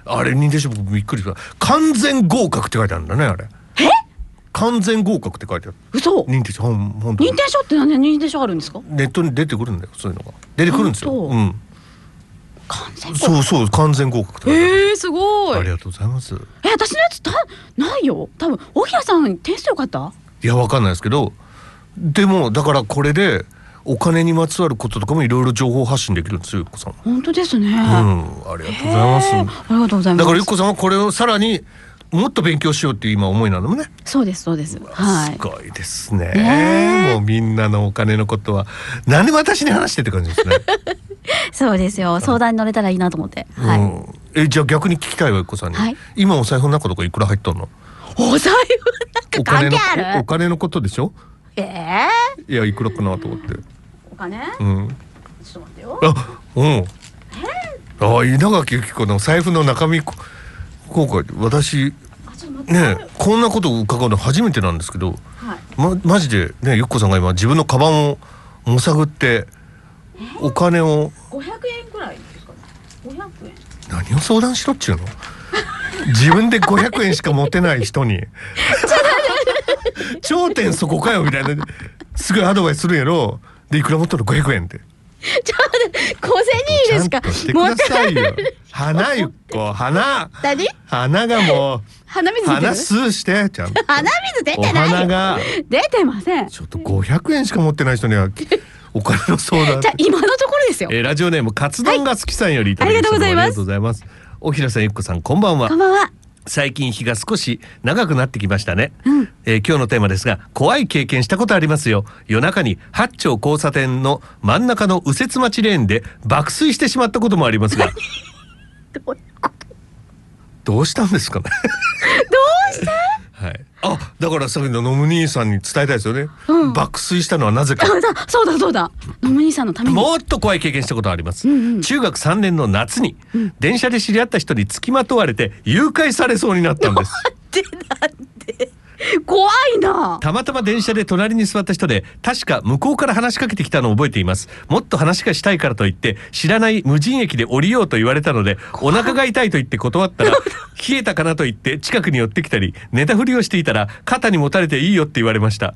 S1: あれ認定して僕びっくりした完全合格って書いてあるんだねあれ
S2: え
S1: 完全合格って書いてある
S2: 嘘
S1: 認定書ほんほんと
S2: 認定書って何で認定書あるんですか
S1: ネットに出てくるんだよそういうのが出てくるんですよ、
S2: 本当
S1: うん、
S2: 完全
S1: そうそう完全合格って書いてある
S2: えー、すご
S1: あ
S2: い
S1: りがとうございます
S2: え私のやつたないよ多分大平さん点数よかった
S1: いやわかんないですけどでもだからこれでお金にまつわることとかもいろいろ情報発信できるんですよゆっこさん
S2: 本当ですね、
S1: はうんありがとうございます、
S2: へーありがとうございます
S1: だからゆっこさんはこれをさらにもっと勉強しようっていう今思いなのもね、
S2: そうですそうですは
S1: す
S2: い
S1: ごいですね
S2: ねえ
S1: もうみんなのお金のことはなんで私に話してって感じですね、
S2: そうですよ相談に乗れたらいいなと思って、 はい、
S1: うん、えじゃあ逆に聞きたいわゆっこさんに、
S2: はい
S1: 今お財布の中とかいくら入ったの
S2: お
S1: お
S2: 財布なんか関
S1: 金の
S2: 係あ
S1: お
S2: る
S1: 金のことでしょ
S2: ええ
S1: いやいくらかなと思って
S2: ー、お金ちょ
S1: うん
S2: っと待ってよ
S1: あ、うん。あ、稲垣由紀子の財布の中身こ。今回、私、
S2: あちょっと待って、
S1: ね、こんなことを伺うの初めてなんですけど。
S2: はい、
S1: ま、マジで、ね、ゆっこさんが今自分のカバンを。もさぐって。お金を、
S2: 500円くらいですかね500円
S1: 何を相談しろっちゅうの。自分で500円しか持てない人 に。頂点そこかよみたいな。すごいアドバイスするやろで、いくら持ったの500円って。
S2: ちょっと待って小銭です
S1: ちゃ
S2: か
S1: んとして
S2: もう
S1: く
S2: 一
S1: ださ
S2: 回
S1: いよ。花ゆっこ、花。
S2: 何
S1: 花がも
S2: 鼻
S1: う
S2: 水出てる
S1: 花数してちゃんと
S2: 鼻水出
S1: お
S2: てない
S1: 花が
S2: 出てませんじ
S1: ちょっと500円しか持ってない人にはお金の相談
S2: ゃあ今のところですよ
S1: えーラジオネームカツ丼が好きさんよりいただきした
S2: は
S1: ど
S2: い
S1: も
S2: あ
S1: あ
S2: り
S1: り
S2: が
S1: が
S2: と
S1: とうございますおひらさんゆっこさんこんばんは
S2: こんばんは
S1: 最近日が少し長くなってきましたね、
S2: うん
S1: えー今日のテーマですが怖い経験したことありますよ夜中に八丁交差点の真ん中の右折待ちレーンで爆睡してしまったこともありますが
S2: どう
S1: どうしたんですかね。はい。あ、だからさっきのノム兄さんに伝えたいですよね。
S2: うん
S1: 爆睡したのはなぜか。
S2: あだそうだそうだ野村兄さんのために
S1: もっと怖い経験したことあります、
S2: うんうん
S1: 中学3年の夏に、電車で知り合った人に付きまとわれて誘拐されそうになったんです
S2: ってなんて怖いな
S1: たまたま電車で隣に座った人で確か向こうから話しかけてきたのを覚えていますもっと話がしたいからと言って知らない無人駅で降りようと言われたのでお腹が痛いと言って断ったら冷えたかなと言って近くに寄ってきたり寝たふりをしていたら肩に持たれていいよって言われました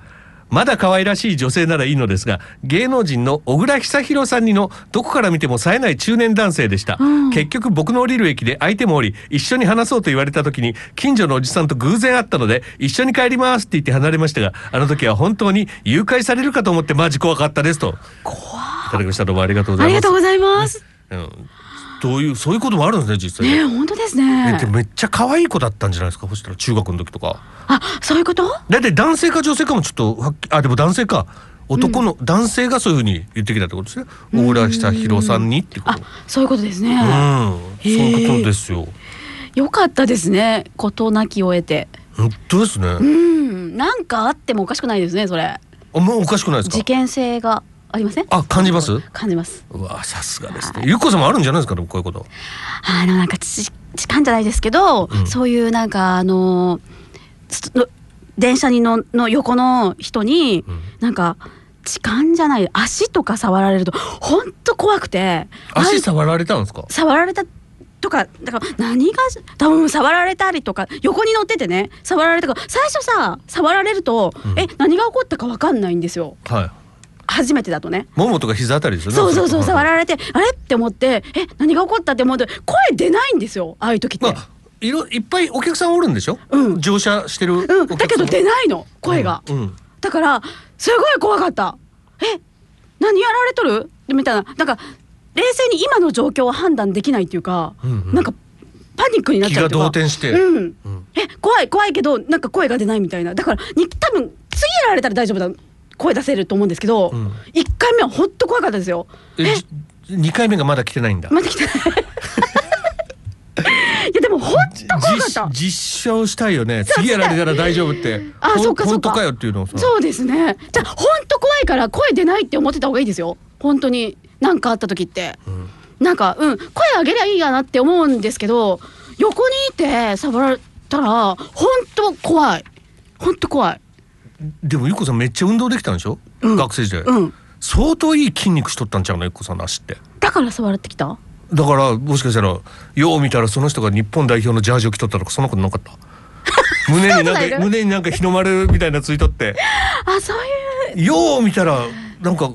S1: まだ可愛らしい女性ならいいのですが芸能人の小倉久弘さんにのどこから見ても冴えない中年男性でした、
S2: うん
S1: 結局僕の降りる駅で相手も降り一緒に話そうと言われた時に近所のおじさんと偶然会ったので一緒に帰りますって言って離れましたがあの時は本当に誘拐されるかと思ってマジ怖かったですといただきましたどうもありがとうござ
S2: あ
S1: い
S2: り
S1: ま
S2: が
S1: す
S2: とうございます
S1: うん、どういうそういうこともあるんですね実際に、
S2: ねえ本当で
S1: え
S2: すね
S1: でめっちゃ可愛い子だったんじゃないですかそしたら中学の時とか
S2: あそういうこと
S1: だいたい男性か女性かもちょっとはっきあでも男性か男の、男性がそういうふうに言ってきたってことですね小倉久弘さんにってこと
S2: あそういうことですね
S1: うん、そういうことですよ。
S2: よかったですね事なきを得て
S1: 本当ですね。
S2: うんなんかあってもおかしくないですねそれ
S1: あ、もうおかしくないです
S2: 事
S1: か。
S2: 件性がありません
S1: あ感じます
S2: 感じます
S1: うわ、さすがですね。ゆっこさんもあるんじゃないですか、でもこういうこと。
S2: あのなんかち痴漢じゃないですけど、
S1: うん
S2: そういうなんかあのつの電車にのの横の人に、
S1: うん
S2: なんか痴漢じゃない足とか触られるとほんと怖くて
S1: 足
S2: なん
S1: 触られたんですか。
S2: 触られたとかだから何が多分触られたりとか横に乗っててね触られたから最初さ触られると、
S1: うん
S2: え何が起こったか分かんないんですよ
S1: はい。
S2: 初めてだとね。
S1: ももとか膝あたりですよね。
S2: そうそうそう触
S1: れ。
S2: られてあれって思ってえ何が起こったって思うと声出ないんですよああいう時って。
S1: まあ、いろ、いっぱいお客さんおるんでしょ
S2: うん
S1: 乗車してるお客さ。
S2: うんん、だけど出ないの声が、
S1: うん。うん
S2: だからすごい怖かったえ何やられとるみたいななんか冷静に今の状況を判断できないっていうか、
S1: うんうん
S2: なんかパニックになっ
S1: 気
S2: ちゃう
S1: が
S2: っていうか
S1: 動転して。
S2: うん
S1: うん
S2: え怖い怖いけどなんか声が出ないみたいなだからに多分次やられたら大丈夫だ声出せると思うんですけど、
S1: うん
S2: 一1回目は本当怖かったですよ
S1: え、じ二回目がまだ来てないんだ。
S2: 待ってき ていやでも本当怖かった
S1: 実実証したいよね。次やられたら大丈夫って。
S2: あ
S1: ほん
S2: そうかそ
S1: 本
S2: うか
S1: 当かよっていうのをさ。
S2: そうですね。じゃあ本当怖いから声出ないって思ってた方がいいですよ。本当に何かあった時って、
S1: うん
S2: なんかうん声上げりゃいいやなって思うんですけど、横にいて触られたら本当怖い。本当怖い。
S1: でもゆっこさんめっちゃ運動できたんでしょ、学生時代、
S2: うん
S1: 相当いい筋肉しとったんちゃうのゆっこさんの足って
S2: だからさ笑ってきた
S1: だからもしかしたらよう見たらその人が日本代表のジャージを着とったとかそんなことなか った胸に
S2: そんな
S1: なん
S2: いる
S1: か胸になんか日の丸みたいなのついとって
S2: あそういう
S1: よう見たらなんか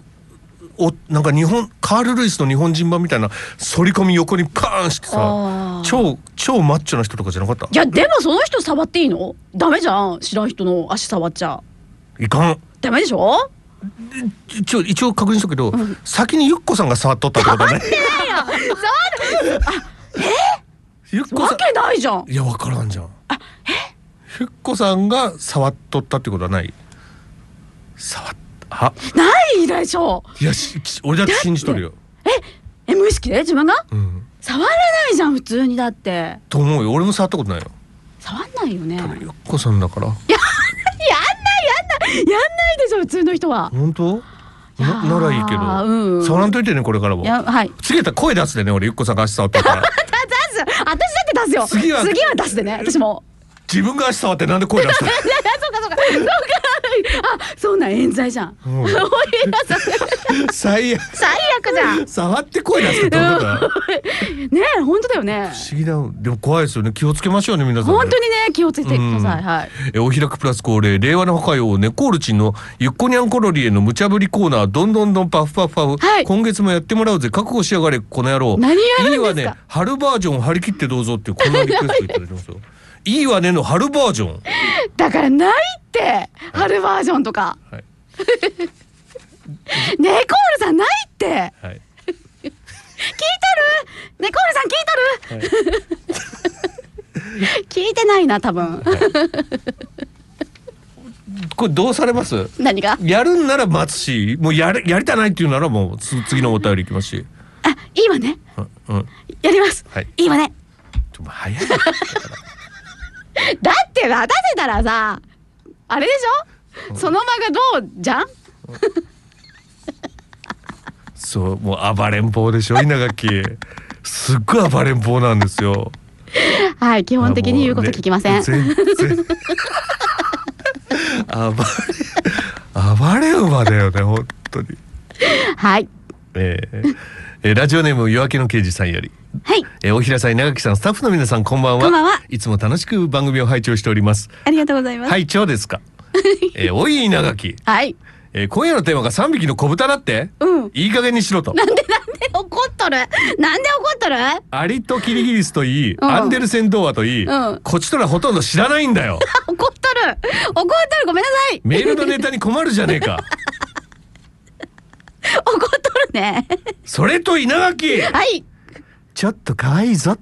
S1: おなんか日本カール・ルイスの日本人版みたいな反り込み横にパーンして
S2: あ
S1: さ
S2: ー
S1: 超超マッチョな人とかじゃなかった
S2: いやでもその人触っていいのダメじゃん知らん人の足触っちゃ
S1: いかん
S2: ダメでしょ
S1: 一応一応確認しとくけど、先にゆっこさんが触っとったって ことね
S2: いや
S1: ゆっこ
S2: わ
S1: さ
S2: けないじゃん
S1: んいやわからんじゃんゆっこさんが触っとったってことはない触っは
S2: ないでしょ
S1: いやし俺だって信じとるよ、
S2: え無意識で自分が
S1: うん、
S2: 触れないじゃん普通にだって
S1: と思うよ俺も触ったことないよ
S2: 触んないよねやんない
S1: ゆっこさんだから
S2: やんないでしょ普通の人は
S1: 本当な
S2: やー
S1: ならいいけど、
S2: うん
S1: 触らんといてねこれからも
S2: いやはい
S1: 次やったら声出すでね俺ゆっこさんが足触ったから
S2: 出す私だって出すよ
S1: 次は
S2: 出すでね私も
S1: 自分が足触ってなんで声出した
S2: そうかそうかそうかあそうなん冤罪じゃん
S1: うん
S2: 思い出させ
S1: 最悪
S2: 最悪じゃん
S1: 触って声出すってどういうことだ不
S2: ねえ本当だよね
S1: 思議だでも怖いですよね気をつけましょうね皆さんね
S2: 本当にね気をつけてください、
S1: うん
S2: はい
S1: えお開くプラス恒例令和の破壊王ネコールチンのゆっこにゃんコロリへの無茶ぶりコーナーどんどんどんパフパフパフ、
S2: はい
S1: 今月もやってもらうぜ覚悟しやがれこの野郎
S2: 何やるんですか
S1: いいわね春バージョン張り切ってどうぞっていうこんなリクエストいただき ますよいいわねの春バージョン
S2: だからないって春バージョンとか
S1: はい
S2: ねえコールさんないって聞い
S1: はい
S2: てるねえコールさん聞いてる、 聞いてないな多分
S1: これどうされます
S2: 何が
S1: やるんなら待つしもうやるやりたないっていうならもうつ次のお便りいきますし、
S2: あいいわね
S1: うんうん、
S2: やります、
S1: はい
S2: いいわね
S1: ちょっと早い
S2: だって待たせたらさあれでしょその間がどうじゃん
S1: そうもう暴れん坊でしょ稲垣すっごい暴れん坊なんですよ
S2: はい基本的に言うこと聞きませ
S1: あ
S2: ん、
S1: もうね全 然暴れ暴れ馬だよね本当に、
S2: はい
S1: えーえーラジオネーム夜明けの刑事さんより
S2: はい
S1: えー、大平さん稲垣さんスタッフの皆さんこんばんは
S2: こんばんはい
S1: つも楽しく番組を拝聴しております
S2: ありがとうございます
S1: 拝聴ですか、えー、おい稲垣、
S2: はい
S1: えー、今夜のテーマが三匹の小豚だって、
S2: うん
S1: いい加減にしろと
S2: なんでなんで怒っとるなんで怒っとる
S1: アリとキリギリスといい、
S2: ん
S1: アンデルセン童話といい、
S2: うん
S1: こっちとらほとんど知らないん だよ
S2: 怒っとる怒っとるごめんなさい
S1: メールのネタに困るじゃねえか
S2: 怒っとるね
S1: それと稲垣
S2: はい
S1: ちょっと可愛いぞ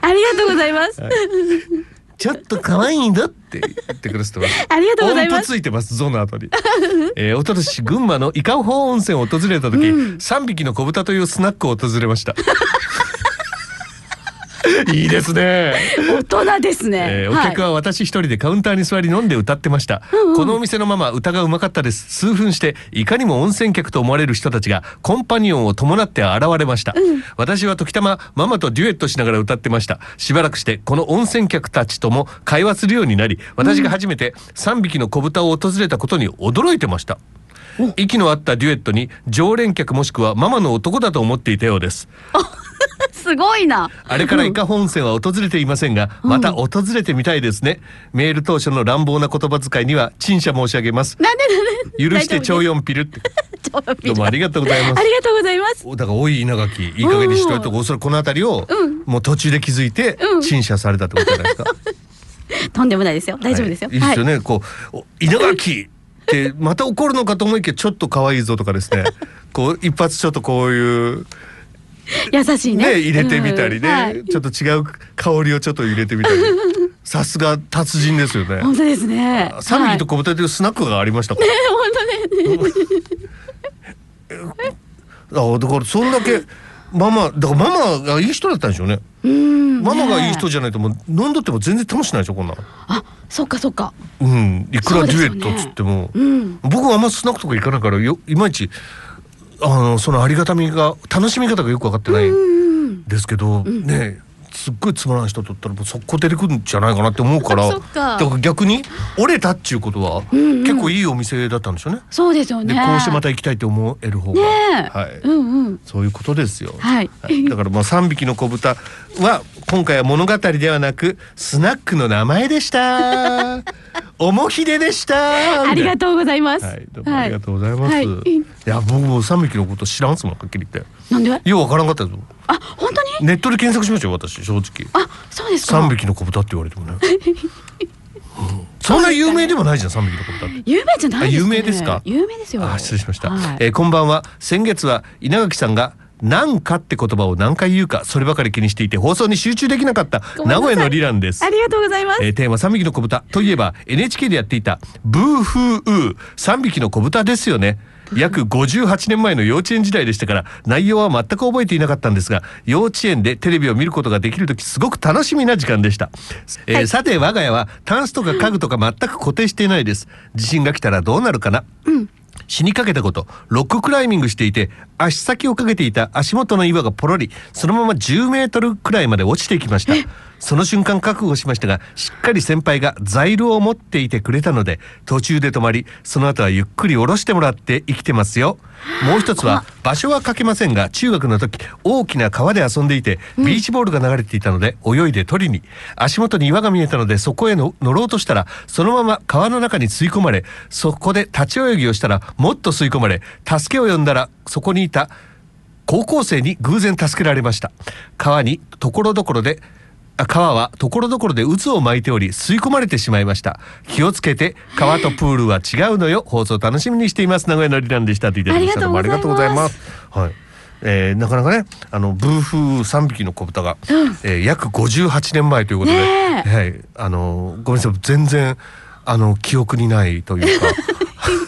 S2: ありがとうございます、
S1: ちょっと可愛いんだって言ってくださってます。
S2: ありがとうございます
S1: 音符ついてます、ゾの後に。えー、おととし、群馬の伊香保温泉を訪れた時、三、匹の小豚というスナックを訪れました。 いいですね。
S2: 大人ですね、
S1: えーお客
S2: はい
S1: は私一人でカウンターに座り飲んで歌ってました、このお店のママ歌がうまかったです数分していかにも温泉客と思われる人たちがコンパニオンを伴って現れました、私は時たまママとデュエットしながら歌ってましたしばらくしてこの温泉客たちとも会話するようになり私が初めて3匹の子豚を訪れたことに驚いてました、息の合ったデュエットに常連客もしくはママの男だと思っていたようです
S2: すごいな
S1: あれから伊香保温泉は訪れていませんが、また訪れてみたいですね。メール当初の乱暴な言葉遣いには陳謝申し上げます。
S2: なんでなん
S1: 許
S2: で
S1: して超
S2: 大丈
S1: 四ピルって。
S2: 夫です
S1: どうもありがとうございま
S2: あ
S1: す。
S2: りがとうございます
S1: おだから多い稲垣いい加減にしといておそらくこの辺りを、もう途中で気づいて
S2: うん
S1: 陳謝されたってことじゃないですか。
S2: とんでもないですよ 大丈夫ですよ、
S1: はいいいですよね。こうお稲垣ってまた怒るのかと思いきやちょっと可愛いぞとかですね。こう一発ちょっとこういう
S2: はい優しいね
S1: ね入れてみたりね、
S2: うんはい
S1: ちょっと違う香りをちょっと入れてみ たりさすが達人ですよね
S2: 本当ですね
S1: サミーと
S2: はい
S1: 小豚というスナックがありましたか
S2: え 本当ね
S1: ら、あだからそんだけママだからママがいい人だったんでしょうね
S2: うん
S1: ママがいい
S2: ね
S1: 人じゃないともう飲んどっても全然楽しないでしょこんなん
S2: あそっかそっか
S1: うんいくらデ
S2: そうです
S1: ュエ
S2: よ
S1: ッ
S2: ね
S1: トっつっても、
S2: うん
S1: 僕はあんまスナックとか行かないからよいまいちあのそのありがたみが楽しみ方がよく分かってない
S2: うん
S1: ですけど、ねすっごいつまらん人とったらもう速攻出てくるんじゃないかなって思うから
S2: そっか
S1: だから逆に折れたっていうことは、
S2: んうん
S1: 結構いいお店だったんでしょうね。
S2: そうですよ
S1: で
S2: ね。
S1: こうしてまた行きたいと思える方が、
S2: ねえ、
S1: はい、
S2: うんうん。
S1: そういうことですよ。
S2: はい
S1: はいだからまあ3匹の子豚は今回は物語ではなくスナックの名前で した。おもひででした。
S2: ありがとうございます。
S1: はい、どうもありがとうございます。
S2: はい
S1: い、や、僕も三匹のこと知らんすもん、はっきり言って。
S2: なんで？
S1: ようわからんかったぞ。
S2: あ、本当に？
S1: ネットで検索しましたよ、私、正直。
S2: あ、そうですか。
S1: 三匹の子豚って言われてもね。うんそんな有名でもないじゃん、三匹の子豚って。
S2: 有名じゃないで
S1: あ
S2: す、ね。
S1: 有名ですか
S2: 有名ですよ。
S1: あ、失礼しました。
S2: はい
S1: えーこんばんは。先月は稲垣さんが。なんかって言葉を何回言うかそればかり気にしていて放送に集中できなかった
S2: ごめんな
S1: 名
S2: さい
S1: 古屋のリランです
S2: ありがとうございます。
S1: えーテーマ三匹の子豚といえば NHK でやっていたブーフーウー三匹の子豚ですよね約58年前の幼稚園時代でしたから内容は全く覚えていなかったんですが幼稚園でテレビを見ることができる時すごく楽しみな時間でした、えー
S2: はい
S1: さて我が家はタンスとか家具とか全く固定していないです地震が来たらどうなるかな、死にかけたことロッククライミングしていて足先をかけていた足元の岩がポロリそのまま10メートルくらいまで落ちていきましたその瞬間覚悟しましたがしっかり先輩がザイルを持っていてくれたので途中で止まりその後はゆっくり下ろしてもらって生きてますよもう一つは場所は書けませんが中学の時大きな川で遊んでいてビーチボールが流れていたので泳いで取りに足元に岩が見えたのでそこへの乗ろうとしたらそのまま川の中に吸い込まれそこで立ち泳ぎをしたらもっと吸い込まれ助けを呼んだらそこにいた高校生に偶然助けられました川にところどころであ川はところどころで渦を巻いており吸い込まれてしまいました気をつけて川とプールは違うのよ放送楽しみにしています名古屋のりなんでしたといただきましたどうも
S2: あ
S1: あ
S2: り
S1: り
S2: が
S1: がと
S2: とう
S1: うご
S2: ござ
S1: ざ
S2: い
S1: い
S2: ま
S1: ますすはいえーなかなかねあのブーフー3匹の子豚が、えー約58年前ということで、
S2: ねえ
S1: はい、あのごめんなさい全然あの記憶にないというか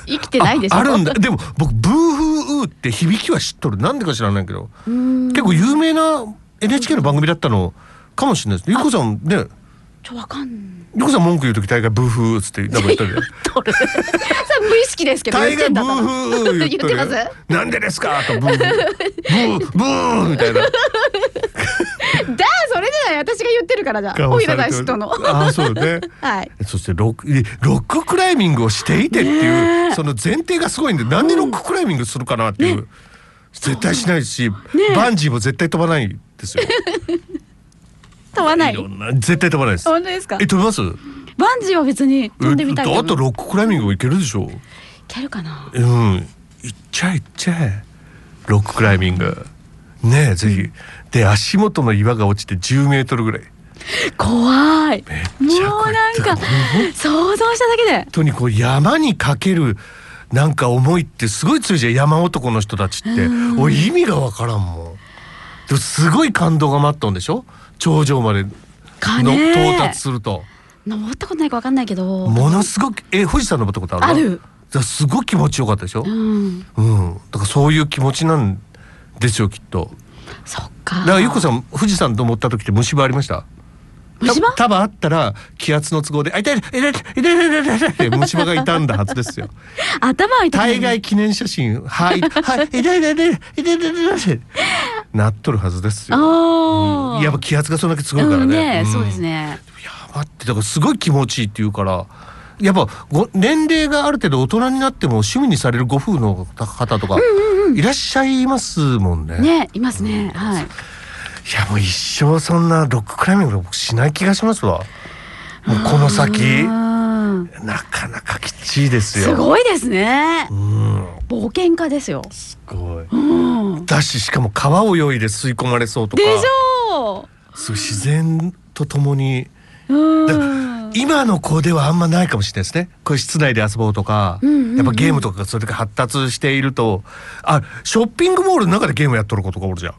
S2: 生きてないでしょ。
S1: ああるんだ。でも僕ブーフーウーって響きは知っとるなんでか知らないけど
S2: うん。
S1: 結構有名な NHK の番組だったのかもしれないですゆうこさんね
S2: ちょわかん。
S1: ゆうこさん文句言う時大概ブーフーウーっつってなんか言ったり
S2: とる。さ無意識ですけど言
S1: 大
S2: って
S1: 概
S2: ん
S1: ブ
S2: だ
S1: ーフーウー
S2: 言
S1: 言
S2: っ
S1: ってて
S2: ま
S1: る
S2: す。
S1: なんでですかとブーフーブーブーみたいな
S2: だそれじゃない私が言ってるからじゃあ。
S1: 顔
S2: お
S1: さ
S2: い
S1: れ
S2: ら
S1: て
S2: な
S1: る
S2: い人の。
S1: あーそうね
S2: はい。
S1: そしてロックえロッククライミングをしていてっていう、その前提がすごいんでなんでロッククライミングするかなっていう、絶対しないし、バンジーも絶対飛ばないですよ。
S2: 飛ばないい。
S1: ろ
S2: 本
S1: んな絶対飛ばないです。
S2: 当ですか
S1: え。飛びます？
S2: バンジーは別に飛んでみたい
S1: え
S2: けど。
S1: だとロッククライミングもいけるでしょう。
S2: いけるかな。
S1: うん、行っちゃえ行っちゃえロッククライミング。ねえぜひ、で足元の岩が落ちて10メートルぐらい。
S2: 怖い。
S1: めっ
S2: もう
S1: ちゃ怖い
S2: なんか
S1: 本
S2: 想像しただけで。
S1: 本当にこう山にかけるなんか思いってすごい強いじゃん山男の人たちって俺意味がわからんもんでもすごい感動が待っとんでしょ頂上までの
S2: かねえ
S1: 到達すると
S2: 登ったことないかわかんないけど。
S1: ものすごくえ富士山登ったことある
S2: ある
S1: だからすごい気持ちよかったでしょ、
S2: うん。
S1: うん、だからそういう気持ちなんですよきっと
S2: そっか。
S1: だからゆうこさん富士山登った時って虫歯ありました
S2: 虫歯
S1: た多分あったら気圧の都合で「あ痛い痛い痛い痛い痛い痛い痛い痛い痛い」虫歯がいたんだはずですよ
S2: 頭痛い。
S1: 大概。記念写真はいはいえだいだいだいだいだいだいだいだいなっとるはずですよ。
S2: ああ。
S1: やっぱ気圧がそんだけすごいから
S2: うん
S1: ね。ん
S2: そうです。ね。
S1: やばってだからすごい気持ちいいって言うから。やっぱご年齢がある程度大人になっても趣味にされるご夫婦の方とかいらっしゃいますもんね。い
S2: ね、いますね。はい。
S1: やもう一生そんなロッククライミング僕しない気がしますわ。もうこの先
S2: うん
S1: なかなかきちいですよ。
S2: すごいですね。
S1: うん
S2: 冒険家ですよ。
S1: すごい。
S2: うん。
S1: だししかも川泳いで吸い込まれそうとか
S2: でしょ
S1: そう自然とともに
S2: う。うん。
S1: 今の子ではあんまないかもしれないですねこれ室内で遊ぼうとか、
S2: うんうんうん
S1: やっぱゲームとかがそれだけ発達しているとあショッピングモールの中でゲームやっとる子とかおるじゃん。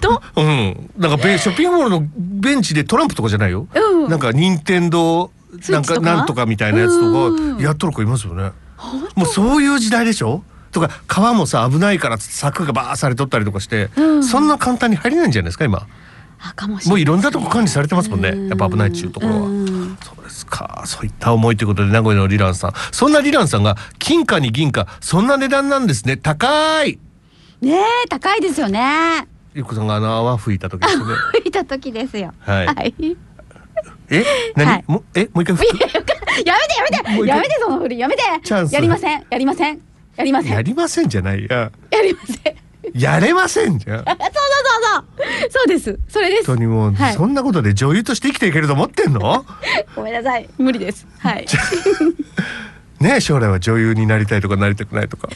S2: と。
S1: うん、なんかベショッピングモールのベンチでトランプとかじゃないよ、
S2: うん
S1: なんか任天堂
S2: スイ
S1: な
S2: ッ
S1: ん
S2: チと
S1: か
S2: か
S1: なんとかみたいなやつ
S2: う
S1: と
S2: ん
S1: かやっとる子いますよね。
S2: ほん
S1: もうそういう時代でしょとか川もさ危ないから柵がバーされとったりとかして、
S2: うん
S1: そんな簡単に入れないんじゃないですか今
S2: あ、かもしれない。
S1: もういろんなとこ管理されてますもんね
S2: う
S1: やっぱ危ないっちゅうところは。
S2: うん
S1: そうですかそういった思いということで名古屋のリランさんそんなリランさんが金貨に銀貨そんな値段なんですね高い
S2: ねえ、高いですよね。
S1: ゆっこさんがあの泡吹いた時ですね。
S2: いた時ですよ。
S1: はい
S2: はい。 い
S1: え、何、
S2: はい
S1: もうえもう一回吹く。
S2: やよかやめてやめ
S1: もう
S2: て
S1: 一回
S2: やめてその振りやめて
S1: チャンス
S2: やりませんやりませんやりません
S1: や
S2: や
S1: りませんじゃないや。
S2: りません
S1: やれませんじゃん。本
S2: そうそうそうそうそうですそれです
S1: 当にもう、
S2: はい
S1: そんなことで女優として生きていけると思ってんの？
S2: ごめんなさい無理ですはい
S1: ね将来は女優になりたいとかなりたくないと か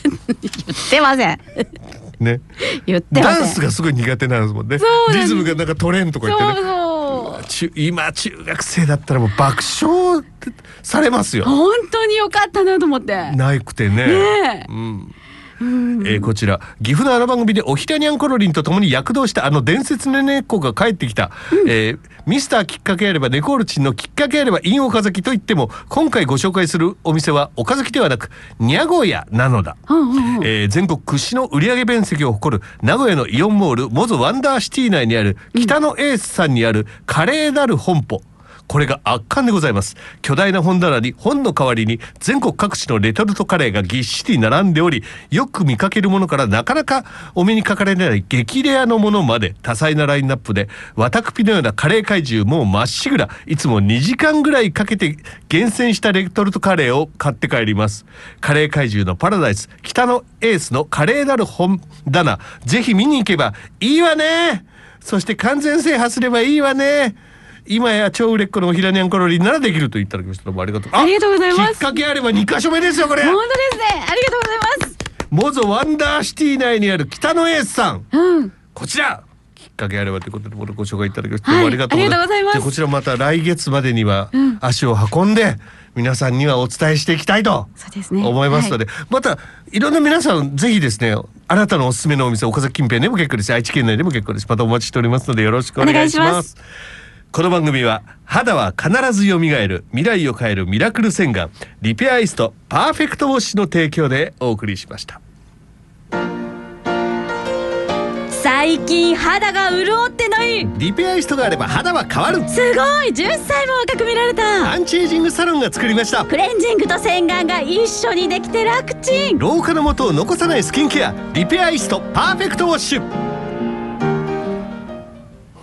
S2: 出ません
S1: ね。
S2: 言ってません
S1: ダンスがすごい苦手なんですもんね。
S2: そうなんです
S1: リズムがなんか取れんとか言ってね。
S2: そうそう
S1: 中今中学生だったらもう爆笑されますよ。
S2: 本当に良かったなと思って
S1: ないくてね。
S2: ねえ
S1: うん。えーこちら岐阜のあの番組でおひらにゃんころりんとともに躍動したあの伝説の猫が帰ってきた、えーミスターきっかけあればネコールチンのきっかけあればイン岡崎といっても今回ご紹介するお店は岡崎ではなくニャゴヤなのだ、
S2: うんうんうん
S1: えー全国屈指の売上面積を誇る名古屋のイオンモールモズワンダーシティ内にある北のエースさんにある華麗なる本舗これが圧巻でございます巨大な本棚に本の代わりに全国各地のレトルトカレーがぎっしり並んでおりよく見かけるものからなかなかお目にかかれない激レアのものまで多彩なラインナップでワタクピのようなカレー怪獣もうまっしぐらいつも2時間ぐらいかけて厳選したレトルトカレーを買って帰りますカレー怪獣のパラダイス北のエースのカレーなる本棚ぜひ見に行けばいいわねそして完全制覇すればいいわね今や超売れっ子のおひらにゃんころりんならできると言っただきましたどうもありがとう
S2: ありがとうございます
S1: きっかけあれば2箇所目ですよこれ
S2: 本当ですねありがとうございます
S1: モゾワンダーシティ内にある北のエースさん
S2: うん
S1: こちらきっかけあればということでご紹介いただきまして、
S2: は
S1: どう
S2: い
S1: もありがとうございます
S2: ありがとうございます
S1: じゃあこちらまた来月までには足を運んで、皆さんにはお伝えしていきたいと
S2: そうですね
S1: 思いますので、またいろんな皆さんぜひですねあなたのおすすめのお店岡崎近辺でも結構です愛知県内でも結構ですまたお待ちしておりますのでよろしくお願いし
S2: お願い
S1: ま
S2: しますす
S1: この番組は肌は必ず蘇る未来を変えるミラクル洗顔リペアイストパーフェクトウォッシュの提供でお送りしました
S2: 最近肌が潤ってない
S1: リペアイストがあれば肌は変わる
S2: すごい10歳も若く見られた
S1: アンチエイジングサロンが作りました
S2: クレンジングと洗顔が一緒にできて楽ちん
S1: 老化の元を残さないスキンケアリペアイストパーフェクトウォッシュ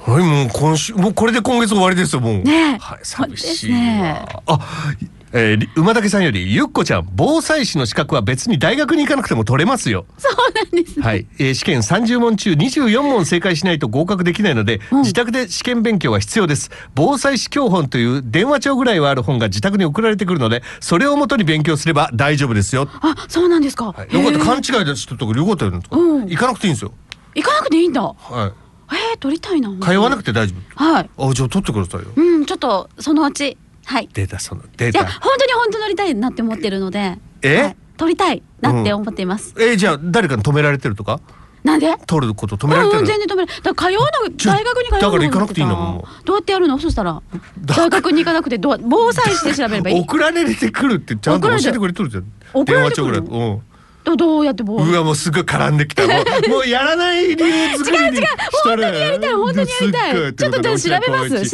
S1: はいもう今週もうこれで今月終わりですよもう
S2: ねえ
S1: はい、寂しい
S2: そうです
S1: わ
S2: ね
S1: あえーり馬竹さんよりゆっこちゃん防災士の資格は別に大学に行かなくても取れますよ
S2: そうなんです
S1: はい、えー試験30問中24問正解しないと合格できないので、
S2: うん
S1: 自宅で試験勉強は必要です防災士教本という電話帳ぐらいはある本が自宅に送られてくるのでそれをもとに勉強すれば大丈夫ですよ、
S2: あ、そうなんですか、
S1: はい、
S2: へー
S1: よかった勘違いだしたとかよかったよなんとか、
S2: うん
S1: 行かなくていいんですよ
S2: 行かなくていいんだ
S1: は
S2: えー、取りたいない
S1: 通わなくて大丈
S2: はい
S1: 夫あじゃあ取ってくださいよ
S2: うん、ちょっとそのうちはい
S1: データそのデー
S2: いや、
S1: タ
S2: 本当に本当に取りたいなって思ってるので
S1: え
S2: はい取りたいなって思っています、
S1: えーじゃあ誰かに止められてるとか
S2: なんで
S1: 取ること止
S2: うん
S1: められて
S2: う
S1: る
S2: ん、
S1: の
S2: 全然止めないだから通わなく
S1: ちょ
S2: 大学に通わな
S1: だから行かなくていいんだもんも
S2: どうやってやるのそしたら大学に行かなくてどう防災して調べれば いい
S1: 送られてくるってちゃんと教えてくれとるじゃん
S2: 送
S1: 電
S2: られ
S1: 話
S2: て
S1: 帳
S2: く
S1: ぐら
S2: る
S1: いうん
S2: どどうやって防
S1: う
S2: 災
S1: わもうすぐ絡んでき たもうもうやらない理由作りに違う違う
S2: 本当にやりたい本当にやりたいちょっと調べます調べます
S1: 稲垣
S2: 調べます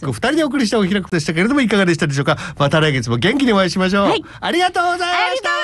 S1: 結構二人でお送りしたお開くでしたけれどもいかがでしたでしょうかまた来月も元気にお会いしましょう、
S2: はい
S1: ありがとうございました
S2: ありがとうございました